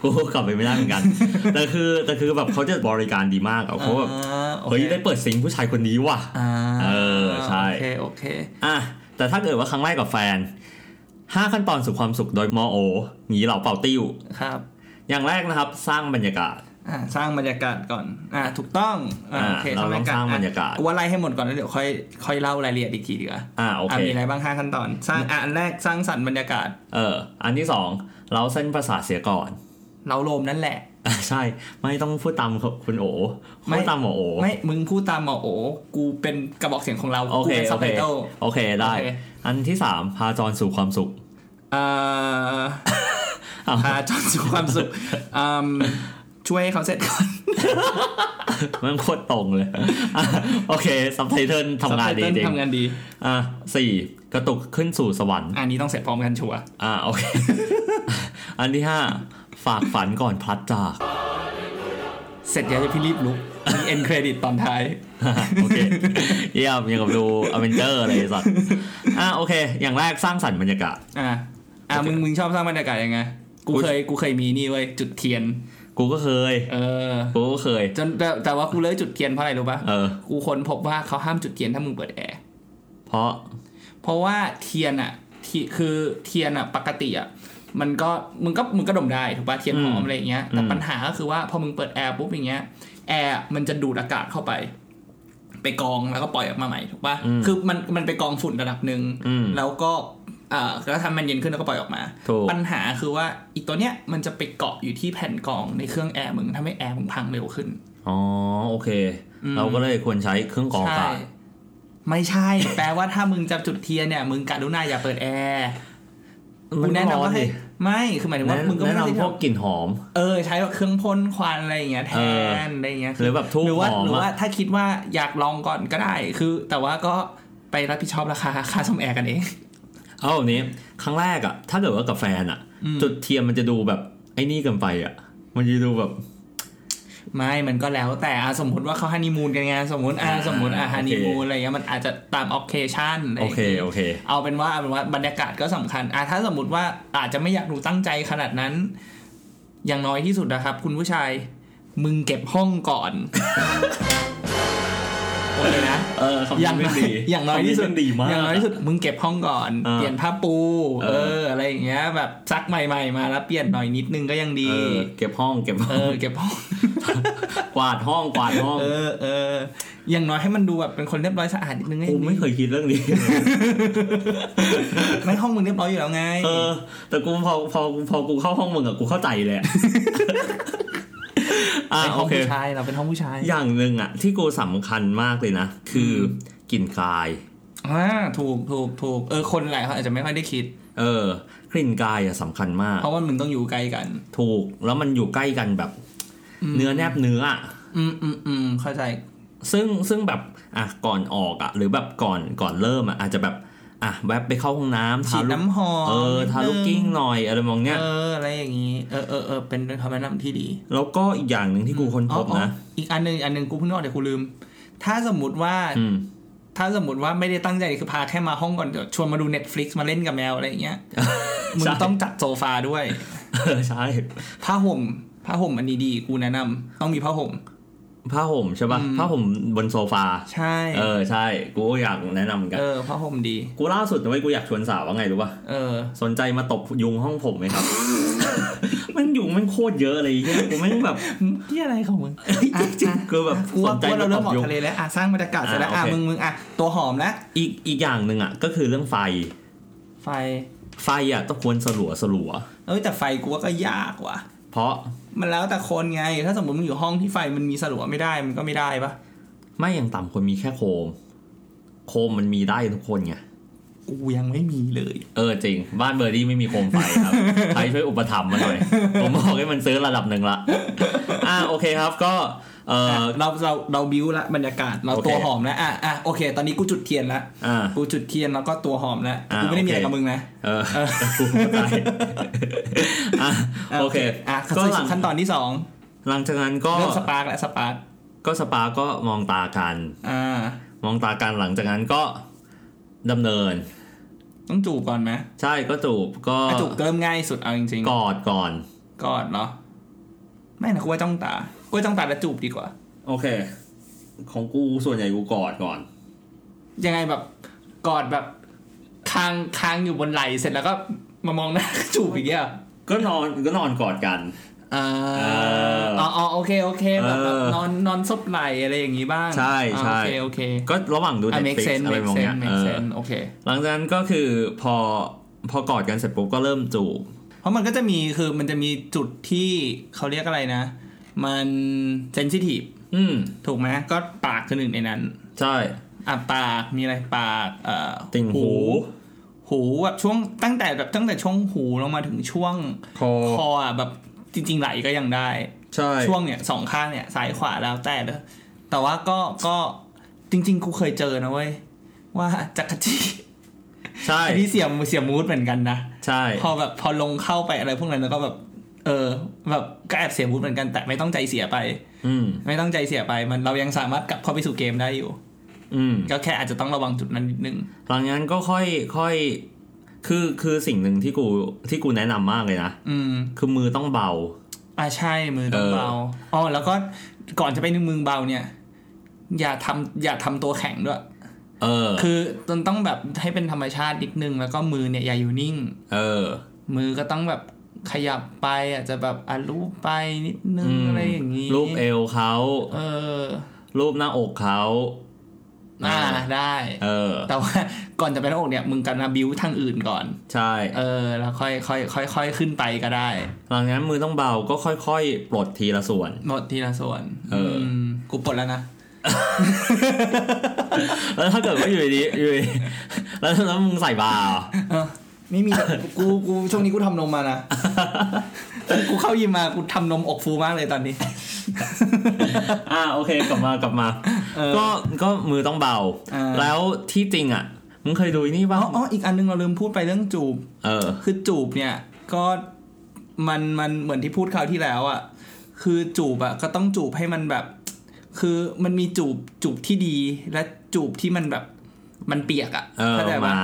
<laughs> กูกลับไปไม่ได้เหมือนกัน <laughs> แต่คือแต่คือแบบเขาจะบริการดีมากอะเขาแบบ อ่าโอค เฮ้ยได้เปิดซิงค์ผู้ชายคนนี้ว่ะ อ่า เออใช่ โอเคโอเค อ่ะแต่ถ้าเกิดว่าครั้งแรกกับแฟน 5 ขั้นตอนสู่ความสุขโดยมอโอหนีเหล่าเป่าติ้ว ครับ อย่างแรกนะครับสร้างบรรยากาศ อ่าสร้างบรรยากาศก่อนอ่าถูกต้องอ่า อ่า โอเค เราต้องสร้างบรรยากาศ อ่ะว่าไล่ให้หมดก่อนแล้วเดี๋ยวค่อยค่อยเล่ารายละเอียดอีกทีดีกว่า อ่าโอ อ่ะ เค มีอะไรบ้างห้าขั้นตอน สร้างอ่ะอันแรกสร้างสรรค์บรรยากาศ เออ อันที่สองเราเส้นประสาทเสียก่อน เราโลมนั่นแหละ อ่ะใช่ ไม่ต้องพูดตามคุณโอ ไม่ พูดตามหมอโอ ไม่มึงพูดตามหมอโอกูเป็นกระบอกเสียงของเรา โอ กู เค เป็นซั โอบ เค ไตเติล โอเคได้ โอเค อันที่สามพาจรสู่ความสุข เอ่อ อ้าว พาจอนสู่ความสุขอืมช่วยให้เขาเสร็จก่อน มันโคตรตรงเลยอ่ะโอเคซับไตเติลทำงานดี ซับจไตเติ้ล ริง ทำงานดี อ่ะสี่กระตุกขึ้นสู่สวรรค์ อันนี้ต้องเสร็จพร้อมกันชัวร์ อ่ะโอเค <laughs> อันที่ห้าฝากฝันก่อนพลัดจาก <laughs> เสร็จแล้วจะพี่รีบลุก มีเอ็นเครดิตตอนท้าย โอเคเยี่ยมยังกับดูอเวนเจอร์อะไรสัตว์อ่ะโอเค อย่างแรกสร้างสรรค์บรรยากาศ อ่ะอ่ะมึงมึงชอบสร้างบรรยากาศยังไง กูเคยกูเคยมีนี่เว้ยจุดเทียน กูก็เคย เออ กูก็เคย จนแต่แต่ว่ากูเลิกจุดเทียนเพราะอะไรรู้ปะ เออ กูค้นพบว่าเขาห้ามจุดเทียนถ้ามึงเปิดแอร์ เพราะ เพราะว่าเทียนอ่ะที่คือเทียนอ่ะปกติอ่ะมันก็มึงก็มึงก็ดมได้ถูกป่ะเทียนหอมอะไรอย่างเงี้ยแต่ปัญหาก็คือว่าพอมึงเปิดแอร์ปุ๊บอย่างเงี้ยแอร์มันจะดูดอากาศเข้าไป ไปกองแล้วก็ปล่อยออกมาใหม่ถูกป่ะคือมันมันไปกองฝุ่นระดับหนึ่งแล้วก็เอ่อแล้วทำมันเย็นขึ้นแล้วก็ปล่อยออกมา ถูก ปัญหาคือว่าอีตัวเนี้ยมันจะไปเกาะอยู่ที่แผ่นกรองในเครื่องแอร์มึงทำให้แอร์มึงพังเร็วขึ้น อ๋อโอเค เราก็เลยควรใช้เครื่องกรองอา ใช่ กาศ ไม่ใช่ แปลว่าถ้ามึงจะจุดเทียนเนี่ย มึงกรุณาอย่าเปิดแอร์กูแนะนำว่าให้ไม่คือหมายถึงว่า แนะ มึงก็ แนะ ไม่ได้ นำพวกกลิ่นหอม เออใช้แบบเครื่องพ่นควันอะไรอย่างเงี้ยแท เออ นอะไรอย่างเงี้ย หรือแบบทูบ หรือว่า หอม หรือว่า อะ ถ้าคิดว่าอยากลองก่อนก็ได้คือ แต่ว่าก็ไปรับผิดชอบรา <laughs> คาค่าซ่อมแอร์กันเอง เอาแบบนี้ครั้งแรกอะถ้าเกิดว่ากับแฟนอะจุดเทียนมันจะดูแบบไอ้นี่เกินไปอะมันจะดูแบบ ไม่มันก็แล้วแต่อ่ะสมมติว่าเขาฮันนีมูนกันไงสมมติอ่ะ อ่า สมมติอ่ะ โอเค ฮันนีมูนอะไรเงี้ยมันอาจจะตามออเคชั่นอะไรอ โอย่าง เค เงี้ย โอเค เอาเป็นว่าเอาเป็นว่าบรรยากาศก็สำคัญอ่ะถ้าสมมติว่าอาจจะไม่อยากดูตั้งใจขนาดนั้น อย่างน้อยที่สุดนะครับ คุณผู้ชาย มึงเก็บห้อง <laughs> ก่อนโอเคนะ เออคำนี้ อย่างน้ ไม่ อย ดี อย่างน้อยที่สุคำดเป็นดีมาก อย่างน้อยที่สุดมึงเก็บห้องก่อน เออ เปลี่ยนผ้าปู เออ เออ อะไรอย่างเงี้ย แบบซักใหม่ ๆ มาแล้วเปลี่ยนหน่อยนิดนึงก็ยัง เอ ดี อเก็บห้องเก็บห้ เอ อง อ เก็บ <laughs> ห้อง กวาดห้องกวาดห้อง เออเอออย่างน้อยให้มันดูแบบเป็นคนเรียบร้อยสะอาดนิดนึงก็ กู ยังดี ไม่เคยคิดเรื่องนี้ ไม่ห้องมึงเรียบร้อยอยู่แล้วไง เออ แต่กูพอพอพอกูเข้าห้องมึงอะกูเข้าใจเลย <laughs> อะอ่ะ เป็นห้ โอ อง เค ผู้ชายเราเป็นห้องผู้ชาย อย่างหนึ่งอะที่กูสำคัญมากเลยนะ คือกลิ่นกาย อ่าถูกถูกถูกเออคนหลายเขาอาจจะไม่ค่อยได้คิด เออกลิ่นกายอะสำคัญมาก เพราะว่ามึงต้องอยู่ไกลกัน ถูกแล้วมันอยู่ใกล้กันแบบ เนื้อแนบเนื้ออะ อืมอืมอืมเข้าใจ ซึ่งซึ่งแบบอ่ะก่อนออกอะหรือแบบก่อนก่อนเริ่มอะอาจจะแบบอ่ะแวบไปเข้าห้องน้ำ ฉี ทา ด ลูก น้ำหอม เออทาลูกกิ้งหน่อยอะไรมองเนี้ย เอออะไรอย่างนี้ เออเออเออเป็นเป็นคำแนะนำที่ดี แล้วก็อีกอย่างหนึ่งที่กูค้นพบ อ๋ออ๋อ นะ อีกอันหนึ่งอันหนึ่งกูเพิ่งนึกออกเดี๋ยวกูลืม ถ้าสมมติว่า อืม ถ้าสมมติว่าไม่ได้ตั้งใจคือพาแค่มาห้องก่อนเดี๋ยวชวนมาดู Netflix มาเล่นกับแมวอะไรอย่างเงี้ <laughs> ยมึง ใช่ ต้องจัดโซฟาด้วย เออใช่ ผ้าห่มผ้าห่มอันนี้ดีกูแนะนำต้องมีผ้าห่ม ผ้าห่มใช่ป่ะผ้าห่มบนโซฟา ใช่ เออใช่ กูก็อยากแนะนำเหมือนกัน เออผ้าห่มดี กูล่าสุดนะเว้ยกูอยากชวนสาวว่าไงรู้ป่ะ เออ สนใจมาตบยุงห้องผมไหม <laughs> ครับ มันยุงมันโคตรเยอะเลยเหี้ยกูแม่งแบบ ที่อะไรของมึง จริงๆคือแบบ กูว่า สนใจ กูว่าเราเริ่มออ แบบย ก ก ทะเลแล้วอ่ะสร้างบรรยากาศเสร็จแล้ว อ่ะโออ่ะเค มึงมึงอ่ะตัวหอมนะ อีกอีกอย่างหนึ่งอ่ะ ก็คือเรื่องไฟ ไฟ ไฟอ่ะต้องควรสลัวสลัว เอ้ยแต่ไฟกูว่าก็ยากว่ะ เพราะ มันแล้วแต่คนไง ถ้าสมมติมึงอยู่ห้องที่ไฟมันมีสลัวไม่ได้มันก็ไม่ได้ปะ ไม่อย่างต่ำควรมีแค่โคม โคมมันมีได้ทุกคนไง กูยังไม่มีเลย เออจริง บ้านเบอร์ดี้ไม่มีโคมไฟครับ <laughs> ใครช่วยอุปถัมภ์มาหน่อย ผมบอกให้มันซื้อระดับหนึ่งละอ่าโอเคครับก็เออ เราเราเราบิวละบรรยากาศเรา โอเค ตัวหอมแล้วอ่ะอ่ะโอเค ตอนนี้กูจุดเทียนละ อ่า กูจุดเทียนแล้วก็ตัวหอมแล้ว อ่ะ กูไม่ได้มีอะไร โอเค กับมึงนะ เอ <laughs> อกูเข้าใจอ่ะ ะ โอเค อ่ะ ก็ ก็ หลัง ขั้นตอนที่สอง หลังจากนั้นก็ เริ่มสปาร์กและสปาร์ก ก็สปาก็มองตากัน อ่า มองตากันหลังจากนั้นก็ดำเนิน ต้องจูบก่อนไหม ใช่ก็จูบก็ อ่ะจูบเริ่มง่ายสุดเอาจริง กอดก่อน ๆกอดเนาะไม่นะกูว่าจ้องตากูว่าจ้องตาแล้วจูบดีกว่า โอเค ของกูส่วนใหญ่กูกอดก่อน ยังไงแบบกอดแบบคางคางอยู่บนไหล่เสร็จแล้วก็มามองหน้า <laughs> จูบอีกเงี้ยเหรอ ก็นอนก็นอนกอดกัน อ่า อ อ๋ออ๋อโอเคโอเคแบบแบบ เออน อนนอนซบไหลอะไรอย่างงี้บ้าง ใช่ อ่า ใช่ โอเคโอเค ก็ระหว่างดู อ่ะ make Netflix sense อะไร make มองเนี้ sense ยเอ make อ sense โอเค หลังจากนั้นก็คือพอพอกอดกันเสร็จปุ๊บก็เริ่มจูบ เพราะมันก็จะมีคือมันจะมีจุดที่เขาเรียกอะไรนะ มันเซนซิทีฟ อืม ถูกไหมก็ปากคือหนึ่งในนั้น ใช่ อ่ะปากมีอะไรปากเอ่อ ติ่งหู หูแบบช่วงตั้งแต่แบบตั้งแต่ช่วงหูลงมาถึงช่วง คอ คออ่ะแบบจริง ๆ ไหลก็ยังได้ ใช่ ช่วงเนี่ยสองข้างเนี่ยซ้ายขวาแล้วแต่เลยแต่ว่าก็ก็จริง ๆ กูเคยเจอนะเว้ย ว่าจักรจี ใช่ อันนี้เสียมเสียมูดเหมือนกันนะ ใช่ พอแบบพอลงเข้าไปอะไรพวกนั้นแล้วก็แบบ เออ แบบก็แอบเสียมูดเหมือนกันแต่ไม่ต้องใจเสียไป อืม ไม่ต้องใจเสียไป มันเรายังสามารถกลับเข้าไปสู่เกมได้อยู่ อืม ก็แค่อาจจะต้องระวังจุดนั้นนิดนึง หลังจากนั้นก็ค่อยค่อยคือคือสิ่งหนึ่งที่กูที่กูแนะนำมากเลยนะ อืม คือมือต้องเบา อ่าใช่มือต้อง เออ เบาอ๋อแล้วก็ก่อนจะไปนึงมือเบาเนี่ย อย่าทำอย่าทำตัวแข็งด้วย เออ คือตนต้องแบบให้เป็นธรรมชาตินิดนึง แล้วก็มือเนี่ยอย่าอยู่นิ่ง เออ มือก็ต้องแบบขยับไปอาจจะแบบอ่ะรูปไปนิดนึง อืม อะไรอย่างนี้ รูปเอวเขา เออ รูปหน้าอกเขา อ่าได้ เออ แต่ว่าก่อนจะไปหน้าอกเนี่ยมึงกันนะบิวทางอื่นก่อน ใช่ เออ แล้วค่อยค่อยค่อยค่อยขึ้นไปก็ได้ หลังจากนั้นมือต้องเบาก็ค่อยๆ ปลดทีละส่วน หมดทีละส่วน เอออื มกูปลดแล้วนะ แล้วถ้าเกิดว่าอยู่ดีอยู่ดีแล้วแล้วมึงใส่บาร์เหรอ ไม่มี กูกูช่วงนี้กูทำนมมานะ กูเข้ายิมมากูทำนมอกฟูมากเลยตอนนี้ อ่าโอเคกลับมากลับมา เออ ก็ก็มือต้องเบา เออ แล้วที่จริงอ่ะมึงเคยดูไอ้นี่ อ๋ ป่ะ ออ๋ออีกอันนึงเราลืมพูดไปเรื่องจูบ เออ คือจูบเนี่ยก็มันมันเหมือนที่พูดคราวที่แล้วอะ่ะ คือจูบอะ่ะก็ต้องจูบให้มันแบบ คือมันมีจูบจูบที่ดีและจูบที่มันแบบมันเปียกอะ่ะ เออ เข้าใจ ห ปะ มา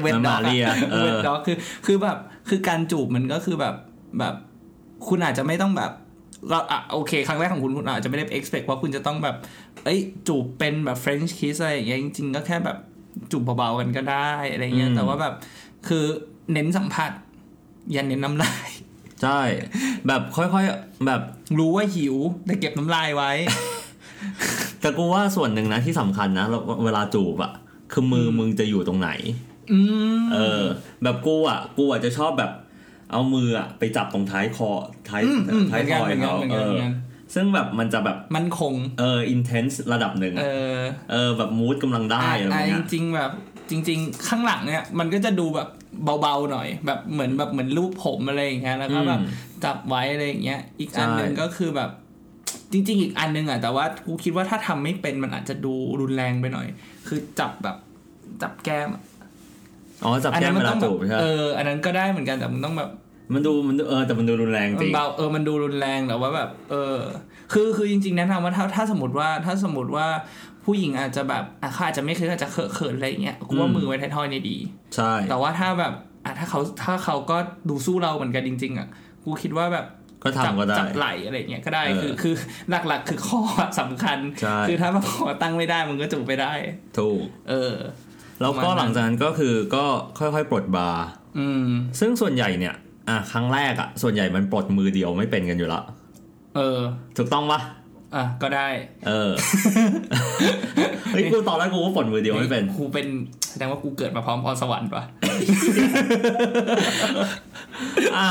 เวนด็อก หมาเลียเออ เวนด็อกคือคือแบบคือการจูบมันก็คือแบบแบบคุณอาจจะไม่ต้องแบบเราอ่ะโอเค ครั้งแรกของคุณคุณอาจจะไม่ได้ expect ว่าคุณจะต้องแบบ เอ้ยจูบเป็นแบบ French kiss อะไรอย่างเงี้ยจริงๆ ก็แค่แบบจูบเบาๆกันก็ได้อะไรเงี้ยแต่ว่าแบบคือเน้นสัมผัสอย่าเน้นน้ำลาย <laughs> ใช่ แบบค่อยๆแบบ รู้ว่าหิวแต่เก็บน้ำลายไว้ แต่กูว่าส่วนหนึ่งนะที่สำคัญนะแล้วเวลาจูบอะคือมือมึงจะอยู่ตรงไหน อืม เออ แบบกูอะกูอะจะชอบแบบ เอามืออะไปจับตรงท้ายคอท้าย อืมอืม ท้า เป็ ย น ค กัน อยเขาเป็นกันเป็น เอ กัอนเป็นกัน ซึ่งแบบมันจะแบบ มันคง เอออินเทนส์ระดับหนึ่ง เอ อะ อ เออแบบมูดกำลังได้อะไร อ่า เงี้ย จริงๆแบบจริง ๆ ข้างหลังเนี่ยมันก็จะดูแบบเบาๆหน่อย แบบเหมือนแบบเหมือนรูปผมอะไรอย่างเงี้ยแล้วก็แบบจับไว้อะไรอย่างเงี้ยอีกอันหนึ่งก็คือแบบ จริง ๆ อีกอันหนึ่งอ่ะแต่ว่ากูคิดว่าถ้าทำไม่เป็นมันอาจจะดูรุนแรงไปหน่อย คือจับแบบจับแก้มอะ อ๋อจับ อั แก้ม มั เวลา ต้องแบ จู บบ ใช่ไหม เอออันนั้นก็ได้เหมือนกันแต่มันต้องแบบ มันดูมันดูเออแต่มันดูรุนแรงจริง เบาเออมันดูรุนแรงแต่ว่าแบบ เออ คือคือจริง ๆแนะนำว่าถ้าถ้าสมมติว่าถ้าสมมติว่าผู้หญิงอาจจะแบบอ่ะเขาอาจจะไม่เคยอาจจะเคอะเขินอะไรอย่างเงี้ยกูว่ามือไว้ท้ายทอยเนี่ยดี ใช่ แต่ว่าถ้าแบบอ่ะถ้าเขาถ้าเขาก็ดูสู้เราเหมือนกันจริง ๆ อ่ะ กูคิดว่าแบบ ก็ จั ทำก็ได้ จับไหลอะไรเงี้ยก็ได้ เออ คือคือหลักๆ คือข้ออะสำคัญ ใช่ คือถ้าแบบคอตั้งไม่ได้มันก็จูบไม่ได้ ถูก เออ แล้วก็ ประมาณนั้น หลังจากนั้นก็คือก็ค่อยๆปลดบาร์ อืม ซึ่งส่วนใหญ่เนี่ยอ่ะครั้งแรกอะส่วนใหญ่มันปลดมือเดียวไม่เป็นกันอยู่ละ เออ ถูกต้องปะ อ่ะ ก็ได้ เอ <laughs> อ เฮ้ยกูตอนแรกกูก็ฝนมือเดียวไม่เป็น กูเป็นแสดงว่ากูเกิดมาพร้อมพรสวรรค์ปะ อ่ะ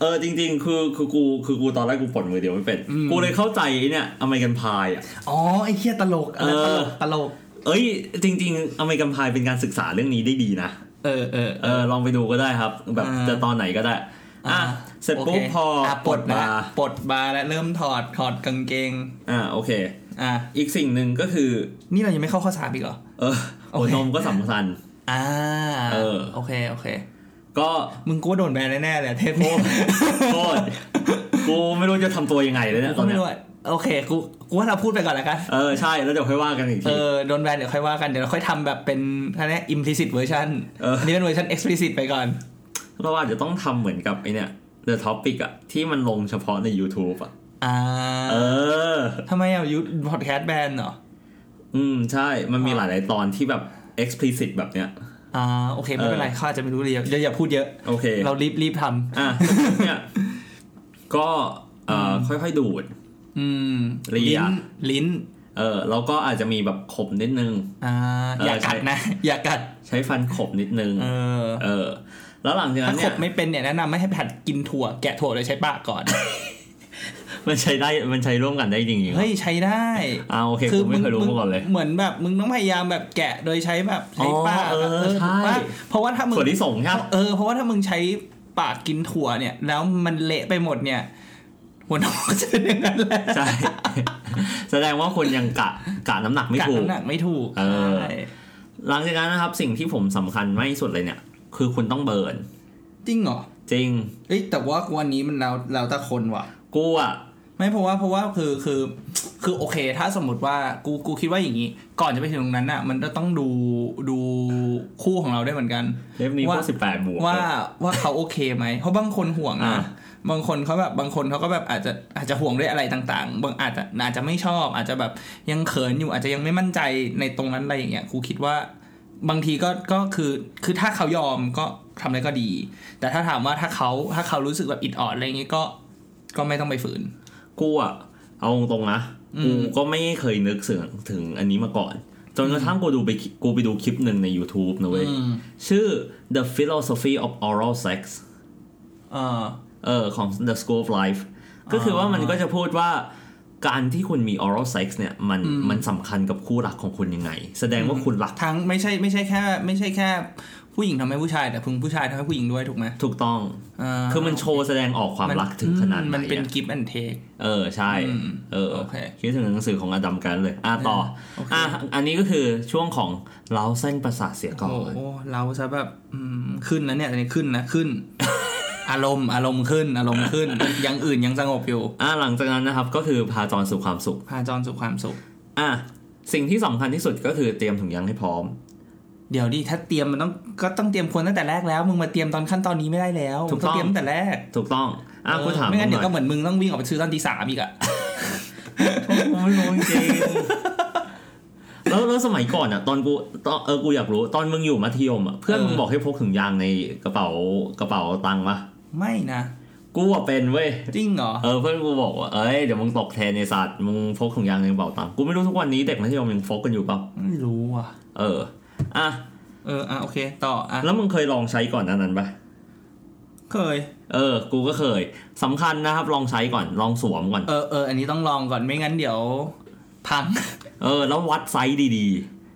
เออจริง ๆ คือคือกูคือกูตอนแรกกูฝนมือเดียวไม่เป็น กูเลยเข้าใจไอ้เนี่ยอเมริกันพายอ่ะ อ๋อไอ้เคียตลก เออ ตลกตลก เอ้ย จริง ๆอเมริกันพายเป็นการศึกษาเรื่องนี้ได้ดีนะ เออเออ เออลองไปดูก็ได้ครับ แบบ อ่า จะตอนไหนก็ได้ อ่ะ เสร็จปุ๊บ โเค พออะ ปลดนะ บาร์ ปลดบาร์และเริ่มถอดถอดกางเกง อ่ะโอเค อ่ะ อีกสิ่งหนึ่งก็คือ นี่เรายังไม่เข้าข้อสามอีกเหรอ เออ โอ หัว เค นมก็สำคัญ อ่า เออ โอเคโอเค ก็ <laughs> มึงกูว่าโดนแบนแน่ๆเลยเทปนี้ โคตร กูไม่รู้จะทำตัวยังไงเลยเนี่ย <laughs> ต ก็ อน ไม่ เนี้ย รู้อะโอเคกูกูว่าเราพูดไปก่อนละกัน เออใช่แล้วเดี๋ยวค่อยว่ากันอีก เอ ที อโดนแบนเดี๋ยวค่อยว่ากันเดี๋ยวเราค่อยทำแบบเป็นอะไรนะ implicit version เอออั อันนี้เป็นเวอร์ชัน explicit ไปก่อน เราอาจจะต้องทำเหมือนกับไอเนี่ย The Topic อะที่มันลงเฉพาะใน YouTube อะ อ่า เออ ทำไมอ่ะยูพอดแคสต์แบนเหรอ อืมใช่มันมีหลาย ๆ ตอนที่แบบ explicit แบบเนี้ย อ่าโอเค ไม่เป็นไร เออ เข้าอาจจะไม่รู้เลยเดี๋ยวอย่าพูดเยอะ โอเค เรารีบรีบท อ่ะเนี่ยก็เอ่ออค่อย ๆ ดูด ำอืม เลีย ลิ้นลิ้น เออแล้วก็อาจจะมีแบบขมนิดนึง อ่า เออ อย่ากัด ใช่ นะ อย่ากัด ใช้ฟันขบนิดนึง เออ เออ แล้วหลังจากนั้ ถ้าน ข เนี่ย บไม่เป็นเนี่ยแนะนำไม่ให้ผัดกินถั่วแกะถั่วโดยใช้ปากก่อน มันใช้ได้มันใช้ร่วมกันได้จริงๆเหรอ เฮ้ยใช้ได้ อ่าโอเคผมไม่เคยรู้มาก่อนเลย เหมือนแบบมึงต้องพยายามแบบแกะโดยใช้แบบใช้ปาก อ๋อเออใช่ ถูกปะเพราะว่าถ้ามึง ส่วนที่ส่งใช่ปะ เออเพราะว่าถ้ามึงใช้ปากกินถั่วเนี่ย แล้วมันเละไปหมดเนี่ย หัวนมก็จะเป็นอย่างนั้นแหละ ใช่ <laughs> แสดงว่าคนยังกะกะน้ำหนักไม่ กัด ถูก น้ำหนักไม่ถูก เออ ใช่ หลังจากนั้นนะครับ สิ่งที่ผมสำคัญมากที่สุดเลยเนี่ย คือคุณต้องเบิร์น จริงเหรอ จริง เอ้ยแต่ว่าวันนี้มันเราเราแต่คนว่ะ กูอ่ะ ไม่เพราะว่าเพราะว่าคือคือคือโอเค ถ้าสมมติว่ากูกูคิดว่าอย่างนี้ ก่อนจะไปถึงตรงนั้นน่ะ มันก็ต้องดูดูคู่ของเราด้วยเหมือนกัน เล่มนี้พว ว่า กสิบแปดบวก ว่า เลย ว่าเขาโอเคไหมเพราะบางคนห่วง อ่า นะบางคนเขาแบบบางคนเขาก็แบบอาจจะอาจจะห่วงด้วยอะไรต่างๆ บางอาจจะอาจจะไม่ชอบ อาจจะแบบยังเขินอยู่อาจจะยังไม่มั่นใจในตรงนั้นอะไรอย่างเงี้ยครูคิดว่า บางทีก็ก็คือคือถ้าเขายอมก็ทำอะไรก็ดี แต่ถ้าถามว่าถ้าเขาถ้าเขารู้สึกแบบอิดออดอะไรอย่างเงี้ยก็ก็ไม่ต้องไปฝืน กูอ่ะเอาตรงๆนะ อืม กูก็ไม่เคยนึกถึงถึงอันนี้มาก่อน จนกระทั่งกูดูไปกูไปดูคลิปหนึ่งใน YouTube นะเว้ย ชื่อ The Philosophy of Oral Sex เออ เออของ The School of Life ก็คือว่ามันก็จะพูดว่าการที่คุณมี oral sex เนี่ย มัน อืม มันสำคัญกับคู่รักของคุณยังไง แสดงว่าคุณรัก ทั้งไม่ใช่ไม่ใช่แค่ ไม่ใช่แค่ ผู้หญิงทำให้ผู้ชาย แต่พึงผู้ชายทำให้ผู้หญิงด้วยถูกไหมา ถูกต้อง อื คือมันโชว์แสดงออกความรักถึงขนาดไหน มันเป็น อะ กิฟต์แอนเทค เออใช่ อืม เออ โอเค คิดถึงหนังสือของอดัมกันเลย อ่ะต่อ โอเค อ่ะอันนี้ก็คือช่วงของเล้าเส้นประสาทเสียก่อน โอ้โหเราซะแบบอืมขึ้นนะเนี่ยตอนนี้ขึ้นนะขึ้ <laughs> น อารมณ์อารมณ์ขึ้น อารมณ์ขึ้น อย่างอื่นยังสงบอยู่ อ่ะหลังจากนั้นนะครับก็คือพาจอนสู่ความสุข พาจอนสู่ความสุข อ่ะสิ่งที่สำคัญที่สุดก็คือเตรียมถุงยางให้พร้อม เดี๋ยวดิถ้าเตรียมมันต้องก็ต้องเตรียมควรตั้งแต่แรกแล้ว มึงมาเตรียมตอนขั้นตอนนี้ไม่ได้แล้ว ถูกต้อง เตรียมตั้งแต่แรก ถูกต้องอ่ะ เออ กูถาม ไม่งั้น มึงห เดี๋ น่ ย อ วย ก็เหมือนมึงต้องวิ่งออกไปซื้อตอนตีสามอีกอะ ไม่รู้จริงๆแล้วแล้วสมัยก่อนอ่ะ ตอนกูตอนเออกูอยากรู้ ตอนมึงอยู่มัธยมอ่ะเพื่อน เออ มึงบอกให้พกถุงยางในกระเป๋ากระเป๋าตังค์ปะ ไม่นะ กูอ่ะเป็นเว้ย จริงเหรอ เออเพื่อนกูบอกว่าเอ้ยเดี๋ยวมึงตกแทนในศาสตร์มึงพกถุงยางในกระเป๋าตังค์กูไม่รู้ทุกวันนี้เด็กมัธยมยังพกกันอยู่เปล่า ไม่รู้อ่ะ เอออ่ะ เอออ่ะโอเคต่ออ่ะ แล้วมึงเคยลองใช้ก่อนหนานั้นปะ เคย เออ กูก็เคยสำคัญนะครับ ลองใช้ก่อนลองสวมก่อน เออเอออันนี้ต้องลองก่อนไม่งั้นเดี๋ยว พัง เออ แล้ววัดไซส์ดี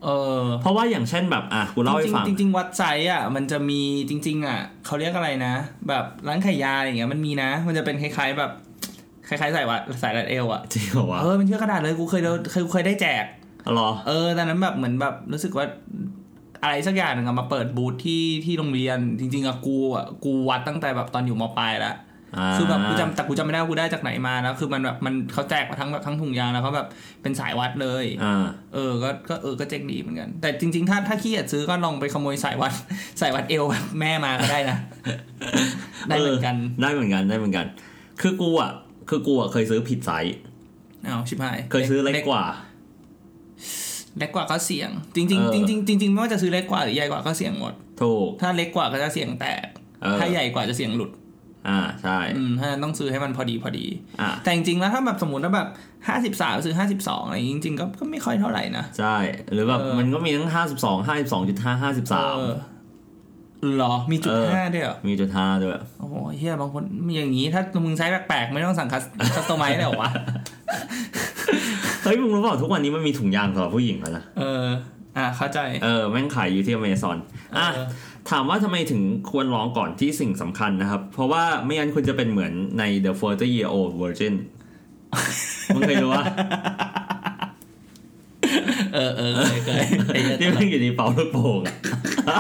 เออ ๆ เพราะว่าอย่างเช่นแบบอ่ะกูเล่าให้ฟัง จริงๆจริง ๆ วัดไซส์อ่ะ มันจะมีจริง ๆ อ่ะเขาเรียกอะไรนะ แบบร้านขายยาอะไรอย่างเงี้ยมันมีนะ มันจะเป็นคล้าย ๆ แบบ คล้ายๆใส่วัดใส่รัดเอวอ่ะ จริงเหรอวะ เออเป็นเชือกกระดาษเลยกูเคยโดนเคยเคยได้แจก เหรอ เออตอนนั้นแบบเหมือนแบบรู้สึกว่าอะไรสักอย่างหนึ่งอะมาเปิดบูธที่ที่โรงเรียน จริง ๆอะกูอะกูวัดตั้งแต่แบบตอนอยู่มปลายแล้ว คือแบบกูจำแต่กูจำไม่ได้ว่ากูได้จากไหนมานะคือมันแบบมันเขาแจกมาทั้งแบบทั้งถุงยางแล้วเขาแบบเป็นสายวัดเลย อ่า เออก็ก็เออก็เจ๊งดีเหมือนกัน แต่จริง ๆ ถ้าถ้าขี้เกียจซื้อก็ลองไปขโมยสายวัด <laughs> สายวัดเอวแบบแม่มาก็ได้นะ <laughs> ได้เหมือนกัน ได้เหมือนกันได้เหมือนกัน คือกูอ่ะคือกูอ่ะเคยซื้อผิดไซส์ เอาชิบหาย เคยซื้อเล็กกว่า เล็กกว่าก็เสี่ยง จริง เออ ๆจริงๆจริงๆไม่ว่าจะซื้อเล็กกว่าหรือใหญ่กว่าก็เสี่ยงหมด ถูก ถ้าเล็กกว่าก็จะเสี่ยงแตก เออ ถ้าใหญ่กว่าจะเสี่ยงหลุด อ่าใช่ อืมถ้าะฉะนั้นต้องซื้อให้มันพอดีพอดี อ่า แต่จริงๆแล้วถ้าแบบสมมติว่าแบบห้าสิบสามซื้อห้าสิบสองอะไรอย่างงี้จริงๆก็ก็ไม่ค่อยเท่าไหร่นะ ใช่ หรือแบบ เออ มันก็มีทั้งห้าสิบสองห้าสิบสองจุดห้าห้าสิบสาม เออเหรอ มีจุด เออ ห้าด้วยเหรอ มีจุดห้าด้วย โอ้โหเฮียบางคนมีอย่างนี้ ถ้ามึงใช้แปลกๆ ไม่ต้องสั่งคัสคัสตอมไมซ์เลยเหรอวะ เฮ้ยมึงรู้เปล่าทุกวันนี้มันมีถุงยางสำหรับผู้หญิงแล้วนะ เออ อ่ะ เข้าใจ เออแม่งขายอยู่ที่อเมซอนอ่ะ เออ ถามว่าทำไมถึงควรลองก่อนที่สิ่งสำคัญนะครับ เพราะว่าไม่งั้นคุณจะเป็นเหมือนใน The 40 Year Old <laughs> Virgin มึงเคยรู้ว่า เออเออเคยเคยไอ้ที่เหี้ยมึงอยู่ในเป่าลูกโป่งอะ <laughs>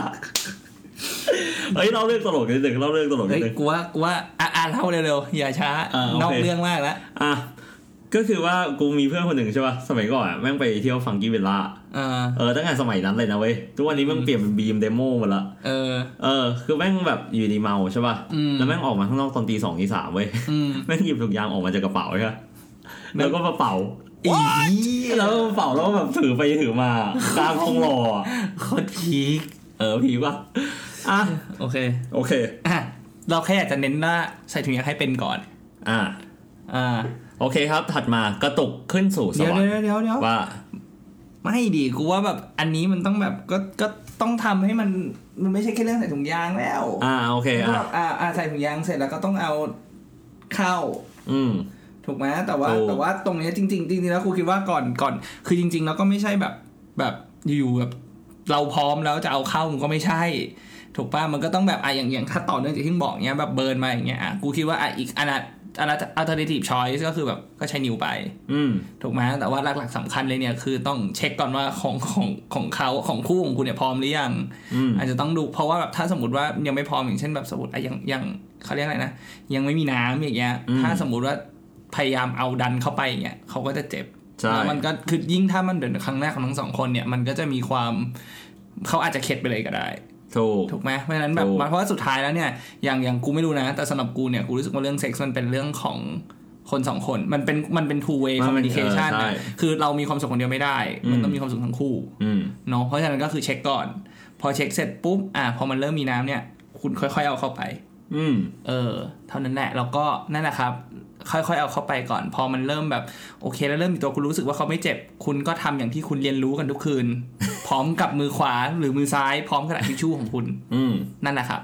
เอ้ยเราเรื่องตลกนิดหนึ่งเราเรื่องตลกนิ เฮ้ย ดหนึ่ง กูว่ากูว่าอ่ะอ่ะเล่าเร็วๆอย่าช้า อ่าโอเค นอกเรื่องมากแล้ว อ่ะก็คือว่ากูมีเพื่อนคนหนึ่งใช่ป่ะสมัยก่อนอะแม่งไปเที่ยวฟังกี้วิลล่า เออ เออตั้งแต่สมัยนั้นเลยนะเว้ยทุกวันนี้แม่งเปลี่ยนเป็นบีมเดโมหมดละ เออ เออคือแม่งแบบอยู่ดีเมาใช่ป่ะ อืม แล้วแม่งออกมาข้างนอกตอนตีสองตีสามเว้ย <laughs> อืม แม่งหยิบถุงยางออกมาจากกระเป๋า <laughs> ใช่ปะ แม่ง แล้วก็มาเป่า อี แล้วก็มาเป่าแล้วก็แบบถือไปถือมากลางคลองหล่ออะ โคตรพีค เออผีป่ะอ่ะ โอเค โอเค อ่ะเราแค่อยากจะเน้นว่าใส่ถุงยางให้เป็นก่อน อ่ะ อ่า โอเคครับ ถัดมากระตุกขึ้นสู่ส เดี๋ยว วรร เดี๋ย ค์ วเดี๋ยวเดี๋ยว ว่า ไม่ดีกูว่าแบบอันนี้มันต้องแบบก็ก็ต้องทำให้มันมันไม่ใช่แค่เรื่องใส่ถุงยางแล้ว อ่าโอเคอ่ะก็แบบอ่าอ่าใส่ถุงยางเสร็จแล้วก็ต้องเอาเข้า อืม ถูกไหมแต่ว่า ถูก แต่ว่าตรงเนี้ยจริงๆจริงๆแล้วครูคิดว่าก่อนก่อน คือจริง ๆ แล้วก็ไม่ใช่แบบแบบอยู่ๆแบบเราพร้อมแล้วจะเอาเข้ามันก็ไม่ใช่ ถูกป่ะมันก็ต้องแบบอ่ะอย่างอย่างถ้าต่อเนื่องจากที่บอกเนี้ยแบบเบิร์นมาอย่างเงี้ยอ่ะกูคิดว่าอ่ะอีกอันอันอันอัลเทอร์เนทีฟชอยส์ก็คือแบบก็ใช้นิ้วไป อืม ถูกไหมแต่ว่าหลักๆสำคัญเลยเนี่ยคือต้องเช็คก่อนว่าของของของเขาของคู่ของคุณเนี่ยพร้อมหรือยัง อืม อาจจะต้องดูเพราะว่าแบบถ้าสมมติว่ายังไม่พร้อมอย่างเช่นแบบสมมติอะยังยังเขาเรียกอะไรนะยังไม่มีน้ำอย่างเงี้ยถ้าสมมติว่าพยายามเอาดันเข้าไปอย่างเงี้ยเขาก็จะเจ็บ ใช่ แล้วมันก็คือยิ่งถ้ามันเป็นครั้งแรกของทั้งสองคนเนี่ยมันก็จะมีความเขาอาจจะเข็ดไปเลยก็ได้ ถูก ถูกไหมเพราะฉะนั้นแบบ ถูก เพราะว่าสุดท้ายแล้วเนี่ยอย่างอย่างกูไม่รู้นะ แต่สำหรับกูเนี่ยกูรู้สึกว่าเรื่องเซ็กซ์มันเป็นเรื่องของคนสองคนมันเป็นมันเป็น two way มันเป็น communication เออใช่ นะคือเรามีความสุขคนเดียวไม่ได้ อืม มันต้องมีความสุขทั้งคู่ อืม เนาะเพราะฉะนั้นก็คือเช็คก่อน พอเช็คเสร็จปุ๊บอ่ะพอมันเริ่มมีน้ำเนี่ย คุณค่อยๆเอาเข้าไป อืม เออ เท่านั้นแหละแล้วก็นั่นแหละครับ ค่อยๆเอาเข้าไปก่อน พอมันเริ่มแบบโอเค แล้วเริ่มมีตัวคุณรู้สึกว่าเขาไม่เจ็บ คุณก็ทำอย่างที่คุณเรียนรู้กันทุกคืน พร้อมกับมือขวาหรือมือซ้ายพร้อมกระดาษทิชชู่ของคุณ อืม นั่นแหละครับ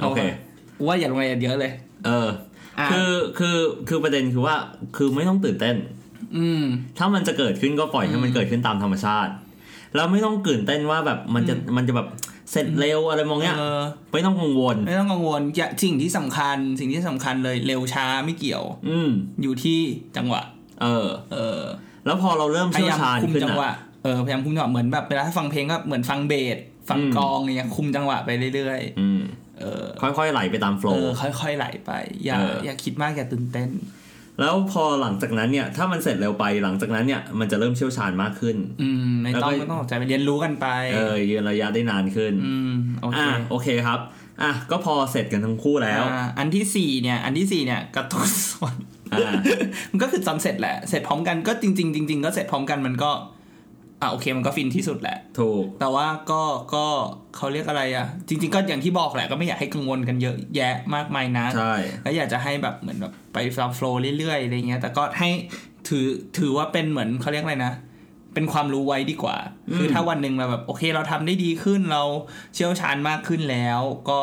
โอเค กูว่าอย่าลงรายละเอียดเยอะเลย เออ อ่ะ คือคือคือประเด็นคือว่าคือไม่ต้องตื่นเต้น อืม ถ้ามันจะเกิดขึ้นก็ปล่อยให้มันเกิดขึ้นตามธรรมชาติ แล้วไม่ต้องตื่นเต้นว่าแบบมันจะมันจะแบบเสร็จเร็วอะไรมองเนี้ย เออ ไม่ต้องกังวล ไม่ต้องกังวลอย่าสิ่งที่สำคัญ สิ่งที่สำคัญเลยเร็วช้าไม่เกี่ยว อืม อยู่ที่จังหวะ เออ เออ แล้วพอเราเริ่ม พ เชี่ย ยว ายาม ชาญ คุม ขึ้น จังห อ่ะ วะ เออ พยายามคุมจังหวะ เหมือนแบบเวลาฟังเพลงก็เหมือนฟังเบส ฟัง อืม กลองอะไรเงี้ย คุมจังหวะไปเรื่อย อืม ๆ เออ ค่อยๆไหลไปตามโฟล เออ ว์ ค่อยๆ ไหลไป อย่า เอออ อย่าคิดมาก อย่าตื่นเต้น แล้วพอหลังจากนั้นเนี่ย ถ้ามันเสร็จเร็วไปหลังจากนั้นเนี่ยมันจะเริ่มเชี่ยวชาญมากขึ้น อืม ไม่ต้อง แล้วก็ ไม่ต้องตกใจไปเรียนรู้กันไป เออยืนระยะได้นานขึ้น อืม โอเค อ่ะโอเคครับ อ่ะก็พอเสร็จกันทั้งคู่แล้ว อ่าอันที่สี่เนี่ย อันที่สี่เนี่ยกระตุ้นส่วน อ่า <laughs> มันก็คือซ้ำเสร็จแหละ เสร็จพร้อมกัน ก็จริงๆจริงๆก็เสร็จพร้อมกัน มันก็ อ่ะโอเค มันก็ฟินที่สุดแหละ ถูก แต่ว่าก็ก็เขาเรียกอะไรอะจริง ๆ ก็อย่างที่บอกแหละ ก็ไม่อยากให้กังวลกันเยอะแยะมากมายนะ ใช่ แล้วอยากจะให้แบบเหมือนแบบไปฟังโฟล์เรื่อยๆอะไรเงี้ย แต่ก็ให้ถือถือว่าเป็นเหมือนเขาเรียกอะไรนะ เป็นความรู้ไว้ดีกว่า อืม คือถ้าวันหนึ่งเราแบบโอเคเราทำได้ดีขึ้นเราเชี่ยวชาญมากขึ้นแล้ว ก็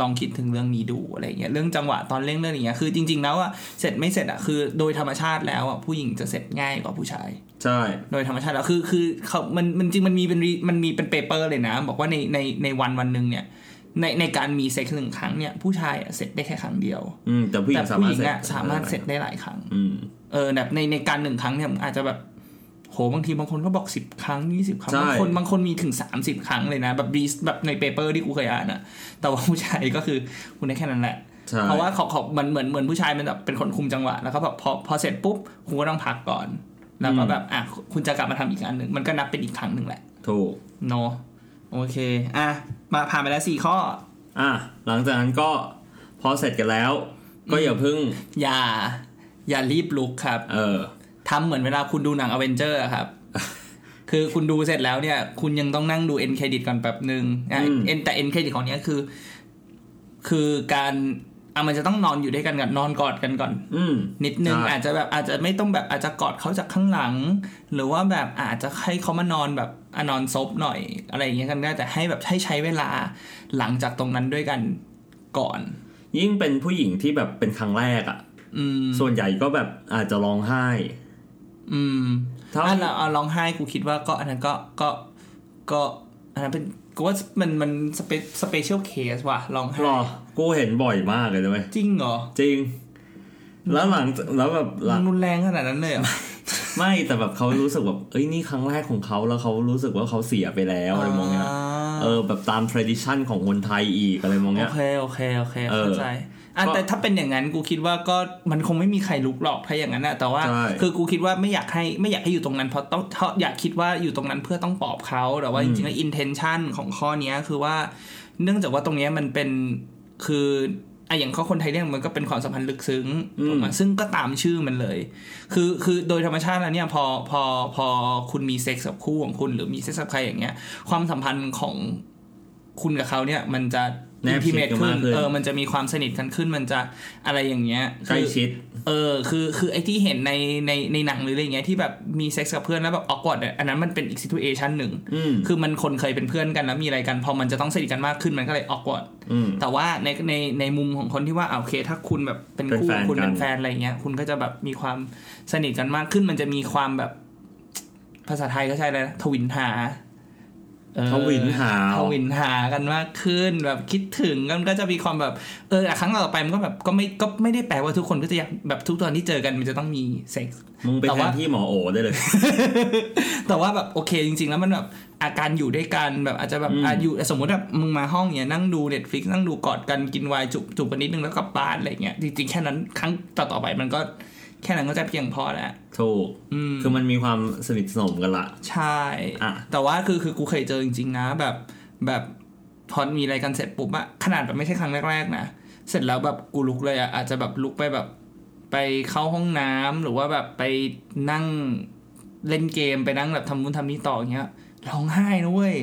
ลองคิดถึงเรื่องนี้ดูอะไรเงี้ยเรื่องจังหวะตอนเร่งเรื่องอย่างเงี้ยคือจริง ๆ แล้วอะเสร็จไม่เสร็จอะคือโดยธรรมชาติแล้วอะผู้หญิงจะเสร็จง่ายกว่าผู้ชาย ใช่ โดยธรรมชาติแล้วคือคือเขามันมันจริงมันมีเป็น re- มันมีเป็นเปเปอร์เลยนะ บอกว่าในในในวันวันหนึ่งเนี่ยในในการมีเซ็กซ์หนึ่งครั้งเนี่ยผู้ชายอะเสร็จได้แค่ครั้งเดียว อืมแต่ผู้หญิ แต่ งสา ผู้ มาร ห ถ ญิง เสร็จ อะสามารถเสร็จได้หลายครั้ง อืม เออแบบในในการหนึ่งครั้งเนี่ยอาจจะแบบโหบางทีบางคนก็บอกสิบครั้งยี่สิบครั้ง ใช่ บางคนบางคนมีถึงสามสิบครั้งเลยนะ แบบรีแบบในเปเปอร์ที่กูเคยอ่านอะแต่ว่าผู้ชายก็คือคุณได้แค่นั้นแหละ ใช่ เพราะว่าเขาเขาเหมือนเหมือนเหมือนผู้ชายมันแบบเป็นคนคุมจังหวะแล้วก็แบบพอพอเสร็จปุ๊บคุณก็ต้องพักก่อน แล้วก็ อืม แบบอ่ะคุณจะกลับมาทำอีกอันหนึ่งมันก็นับเป็นอีกครั้งหนึ่งแหละ ถูก เนาะโอเคอ่ะมาผ่านไปแล้วสี่ข้อ อ่ะหลังจากนั้นก็พอเสร็จกันแล้ว ก็อย่าเพึ่ง อย่า อย่ารีบลุกครับ เออ ทำเหมือนเวลาคุณดูหนังอเวนเจอร์ครับ คือคุณดูเสร็จแล้วเนี่ย คุณยังต้องนั่งดูเอ็นเครดิตก่อนแป๊บหนึ่งอ่ะ อืม เอ็นแต่เอ็นเครดิตของเนี้ยคือ คือการอ่ะมันจะต้องนอนอยู่ด้วยกันก่อนนอนกอดกันก่อน อืม นิดนึง ใช่ อาจจะแบบอาจจะไม่ต้องแบบอาจจะกอดเขาจากข้างหลัง หรือว่าแบบอาจจะให้เขามานอนแบบอ่ะนอนซบหน่อยอะไรอย่างเงี้ยกันได้แต่ให้แบบให้ใช้เวลาหลังจากตรงนั้นด้วยกันก่อน ยิ่งเป็นผู้หญิงที่แบบเป็นครั้งแรกอะ่ะ อืม ส่วนใหญ่ก็แบบอาจจะร้องไห้ อืม ถ้า ถ้าเราเอาร้องไห้กูคิดว่าก็อันนั้นก็ก็ก็อันนั้นเป็นกูว่ามันมันสเปสเปเชียลเคสว่ะร้องไห้ หรอ กูเห็นบ่อยมากเลยนะเว้ย จริงเหรอ จริง แล้วหลังแล้วแบบหลัง มันรุนแรงขนาดนั้นเลยเหรอ ไม่แต่แบบเขารู้สึกแบบเอ้ยนี่ครั้งแรกของเขาแล้วเขารู้สึกว่าเขาเสียไปแล้วอะไรมองเงี้ย อ่า เออแบบตาม tradition ของคนไทยอีกอะไรมองเนี้ โอย เคโอเคโอเค เออ เข้าใจอ่ะ ก็ แต่ถ้าเป็นอย่างนั้นกูคิดว่าก็มันคงไม่มีใครลุกหรอกถ้าอย่างนั้นนะแต่ว่า ใช่ คือกูคิดว่าไม่อยากให้ไม่อยากให้อยู่ตรงนั้นเพราะต้องเพราะอยากคิดว่าอยู่ตรงนั้นเพื่อต้องปลอบเขาแต่ว่าจริงๆแล้ว intention ของข้อเนี้ยคือว่า เนื่องจากว่าตรงเนี้ยมันเป็นคืออ่ะอย่างข้อคนไทยเนี่ยมันก็เป็นความสัมพันธ์ลึกซึ้งถูกไหมซึ่งก็ตามชื่อมันเลย คือคือโดยธรรมชาติแล้วเนี่ยพอพอพอคุณมีเซ็กส์กับคู่ของคุณหรือมีเซ็กส์กับใครอย่างเงี้ย ความสัมพันธ์ของคุณกับเขาเนี่ยมันจะ แนบชิด intimate กัน ขึ้ มาก น ขึ้น เออมันจะมีความสนิทกันขึ้นมันจะอะไรอย่างเงี้ย ใกล้ คือ ชิด เออคือคือไอ้ที่เห็นในในในหนังหรืออะไรเงี้ยที่แบบมีเซ็กซ์กับเพื่อนแล้วแบบออกกอดอันนั้นมันเป็นอีกซิทูเอชันหนึ่ง อืม คือมันคนเคยเป็นเพื่อนกันแล้วมีอะไรกัน พอมันจะต้องสนิทกันมากขึ้นมันก็เลยออกกอด อืม แต่ว่าในในในมุมของคนที่ว่าอ่ะโอเค ถ้าคุณแบบเป็น เป็น คู่ แฟน คุณ กัน เป็นแฟนอะไรเงี้ยคุณก็จะแบบมีความสนิทกันมากขึ้น มันจะมีความแบบภาษาไทยก็ใช่เลยนะทวินหาเออ ทวินหาว ทวินหากันมากขึ้นแบบคิดถึงกันก็จะมีความแบบเอออ่ะครั้งต่อไปมันก็แบบก็ไม่ก็ไม่ได้แปลว่าทุกคนก็จะอยากแบบทุกตอนที่เจอกันมันจะต้องมีเซ็กส์ มึงไป แต่ แท ว่า นที่หมอโอได้เลย แต่ว่าแบบโอเคจริง ๆ แล้วมันแบบอาการอยู่ด้วยกันแบบอาจจะแบบ อืม อะอยู่สมมติแบบมึงมาห้องเนี้ยนั่งดูเน็ตฟลิกนั่งดูกอดกันกินไวน์จุบจุบกันนิดนึงแล้วกลับบ้านอะไรเงี้ยจริงๆแค่นั้นครั้งต่อๆไปมันก็แค่นั้นก็จะเพียงพอแล้ว ถูก อืม คือมันมีความสนิทสนมกันละ ใช่ อ่ะ แต่ว่าคือคือกูเคยเจอจริงๆนะ แบบแบบพอมีอะไรกันเสร็จปุ๊บอะขนาดแบบไม่ใช่ครั้งแรกๆนะ เสร็จแล้วแบบกูลุกเลยอะอาจจะแบบลุกไปแบบไปเข้าห้องน้ำหรือว่าแบบไปนั่งเล่นเกมไปนั่งแบบทำนู่นทำนี่ต่ออย่างเงี้ยร้องไห้นะเว้ย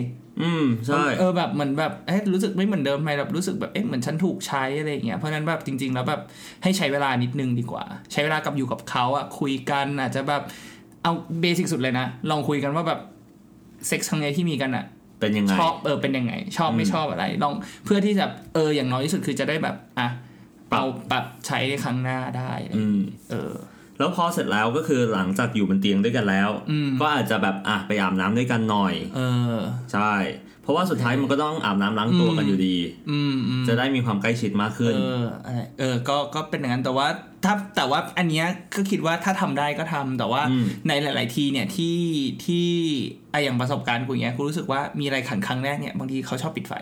อืม ใช่ เออแบบเหมือนแบบเอ๊ะรู้สึกไม่เหมือนเดิมไหมแบบรู้สึกแบบเอ๊ะเหมือนฉันถูกใช้อะไรอย่างเงี้ยเพราะฉะนั้นแบบจริง ๆ แล้วแบบให้ใช้เวลานิดนึงดีกว่า ใช้เวลากับอยู่กับเขาอะคุยกันอาจจะแบบเอาเบสิกสุดเลยนะลองคุยกันว่าแบบเซ็กซ์ครั้งเนี้ยที่มีกันอะ เป็นยังไง ชอบเออเป็นยังไง ชอบไม่ชอบอะไรลองเพื่อที่จะเอออย่างน้อยที่สุดคือจะได้แบบอ่ะ ปรับ เอาปรับใช้ครั้งหน้าได้อะไร อืม เออ แล้วพอเสร็จแล้วก็คือหลังจากอยู่บนเตียงด้วยกันแล้ว อืม ก็อาจจะแบบอ่ะไปอาบน้ำด้วยกันหน่อย เออ ใช่ เพราะว่าสุดท้ายมันก็ต้องอาบน้ำล้างตัวกันอยู่ดี อืมอืม จะได้มีความใกล้ชิดมาก เอ ขึ้น ออะไรเออก็ก็เป็นอย่างนั้นแต่ว่าถ้าแต่ว่าอันเนี้ยก็คิดว่าถ้าทำได้ก็ทำแต่ว่า อืม ในหลาย ๆ ทีเนี่ยที่ที่ไอะอย่างประสบการณ์กูเนี้ยกูรู้สึกว่ามีอะไรขันครั้งแรกเนี่ยบางทีเขาชอบปิดไฟ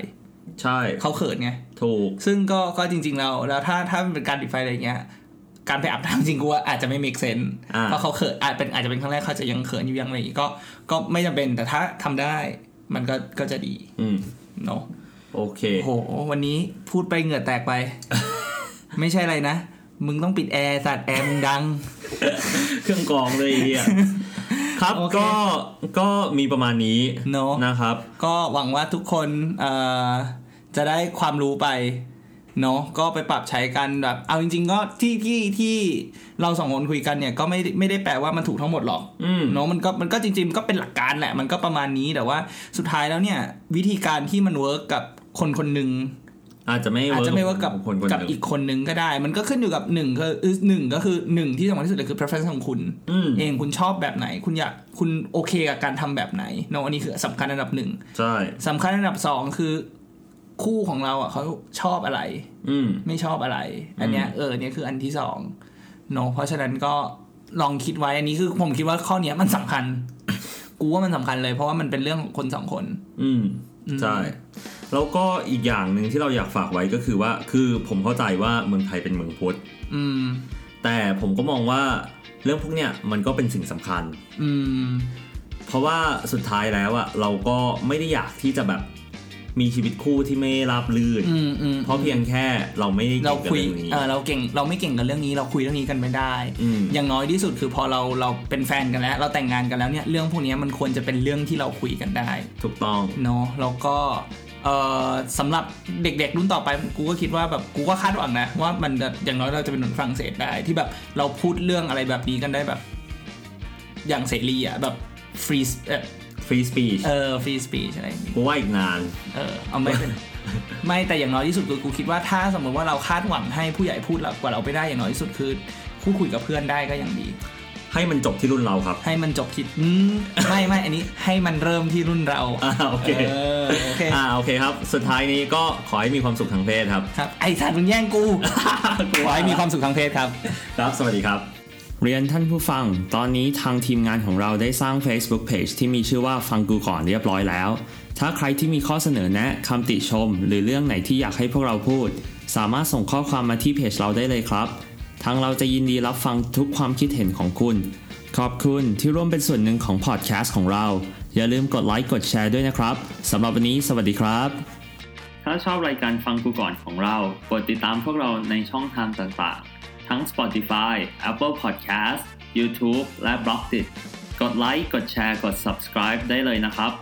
ใช่ เขาเขินไง ถูก ซึ่งก็ก็จริงๆเราแล้วถ้าถ้ามันเป็นการปิดไฟอะไรเงี้ยการไปอาบน้ำจริงกูว่าอาจจะไม่ make sense อ่า เพราะเขาเขินอาจเป็นอาจจะเป็นครั้งแรกเขาจะยังเขินอยู่ยังอะไรอย่างงี้ก็ก็ไม่จำเป็นแต่ถ้าทำได้มันก็ก็จะดี อืม เนาะ โอเค โอ้โหวันนี้พูดไปเหงื่อแตกไป <laughs> ไม่ใช่อะไรนะ มึงต้องปิดแอร์สัตว์แอร์มึงดัง เครื่องกรองเลยไอ้เฮียครับ โอเค ก็ก็มีประมาณนี้ เนอะ นะครับ ก็หวังว่าทุกคนเอ่อจะได้ความรู้ไปเนาะก็ไปปรับใช้กันแบบ เอาจริง ๆ ก็ที่ที่ที่เราสองคนคุยกันเนี่ยก็ไม่ไม่ได้แปลว่ามันถูกทั้งหมดหรอก อืม เนาะมันก็มันก็จริงๆก็เป็นหลักการแหละ มันก็ประมาณนี้แต่ว่าสุดท้ายแล้วเนี่ย วิธีการที่มันเวิร์กกับคนคนหนึ่ง อาจจะไม่ อาจจะไม่เวิร์กกับ คนคนห กับ นึ่ง อีกคนหนึ่งก็ได้ มันก็ขึ้นอยู่กับหนึ่งก็คือหนึ่งก็คือหนึ่งที่สำคัญที่สุดเลยคือ preference ของคุณ อืม เองคุณชอบแบบไหน คุณอยากคุณโอเคกับการทำแบบไหนเนาะอันนี้คือสำคัญอันดับหนึ่ง ใช่ สำคัญอันดับสองคือ คู่ของเราอ่ะเขาชอบอะไร อืม ไม่ชอบอะไร อันเนี้ยเออเนี่ยคืออันที่สองเนาะเพราะฉะนั้นก็ลองคิดไว้อันนี้คือผมคิดว่าข้อเนี้ยมันสำคัญ <coughs> กูว่ามันสำคัญเลย เพราะว่ามันเป็นเรื่องของคนสองคน อืม อืม ใช่ แล้วก็อีกอย่างหนึ่งที่เราอยากฝากไว้ก็คือว่า คือผมเข้าใจว่าเมืองไทยเป็นเมืองพุทธ อืม แต่ผมก็มองว่าเรื่องพวกเนี้ยมันก็เป็นสิ่งสำคัญ อืม เพราะว่าสุดท้ายแล้วอะเราก็ไม่ได้อยากที่จะแบบมีชีวิตคู่ที่ไม่ราบรื่น อืมอืม เพราะเพียงแค่เราไม่ได้ เราคุย เก่งกับเรื่องนี้ เออเราเก่งเราไม่เก่งกับเรื่องนี้ เราคุยเรื่องนี้กันไม่ได้ ม อย่างน้อยที่สุดคือพอเราเราเป็นแฟนกันแล้ว เราแต่งงานกันแล้วเนี่ยเรื่องพวกเนี้ยมันควรจะเป็นเรื่องที่เราคุยกันได้ ถูกต้อง เนาะแล้วก็เอ่อสำหรับเด็กๆรุ่นต่อไปกูก็คิดว่าแบบกูก็คาดหวังนะว่ามันจะอย่างน้อยเราจะเป็นคนฝรั่งเศสได้ ที่แบบเราพูดเรื่องอะไรแบบนี้กันได้แบบ อย่างเสรีอ่ะแบบฟรี ฟรีสปีช เออฟรีสปีชอะไรอย่างนี้ กูว่าอีกนาน เออเอาไม่ <laughs> เป็น ไม่แต่อย่างน้อยที่สุดคือกูคิดว่าถ้าสมมติว่าเราคาดหวังให้ผู้ใหญ่พูดกว่าเราไปได้อย่างน้อยที่สุดคือคู่คุยกับเพื่อนได้ก็ยังดี ให้มันจบที่รุ่นเราครับ ให้มันจบคิดอืมไม่ไม่อันนี้ให้มันเริ่มที่รุ่นเรา อ่าโอเค เออโอเค อ่าโอเคครับ สุดท้ายนี้ก็ขอให้มีความสุขทางเพศครับ <laughs> <laughs> ครับไอ้สัตว์มึงแย่งกู ขอให้มีความสุขทางเพศครับ ครับ สวัสดีครับ เรียนท่านผู้ฟัง ตอนนี้ทางทีมงานของเราได้สร้าง Facebook Page ที่มีชื่อว่าฟังกูก่อนเรียบร้อยแล้ว ถ้าใครที่มีข้อเสนอแนะคำติชม หรือเรื่องไหนที่อยากให้พวกเราพูด สามารถส่งข้อความมาที่เพจเราได้เลยครับ ทางเราจะยินดีรับฟังทุกความคิดเห็นของคุณ ขอบคุณที่ร่วมเป็นส่วนหนึ่งของพอดแคสต์ของเรา อย่าลืมกดไลค์กดแชร์ด้วยนะครับสำหรับวันนี้สวัสดีครับ ถ้าชอบรายการฟังกูก่อนของเรา กดติดตามพวกเราในช่องทางต่างๆ ทั้ง Spotify, Apple Podcast, YouTube และ b l o g d i t กดไลค์ กดแชร์ กด subscribe ได้เลยนะครับ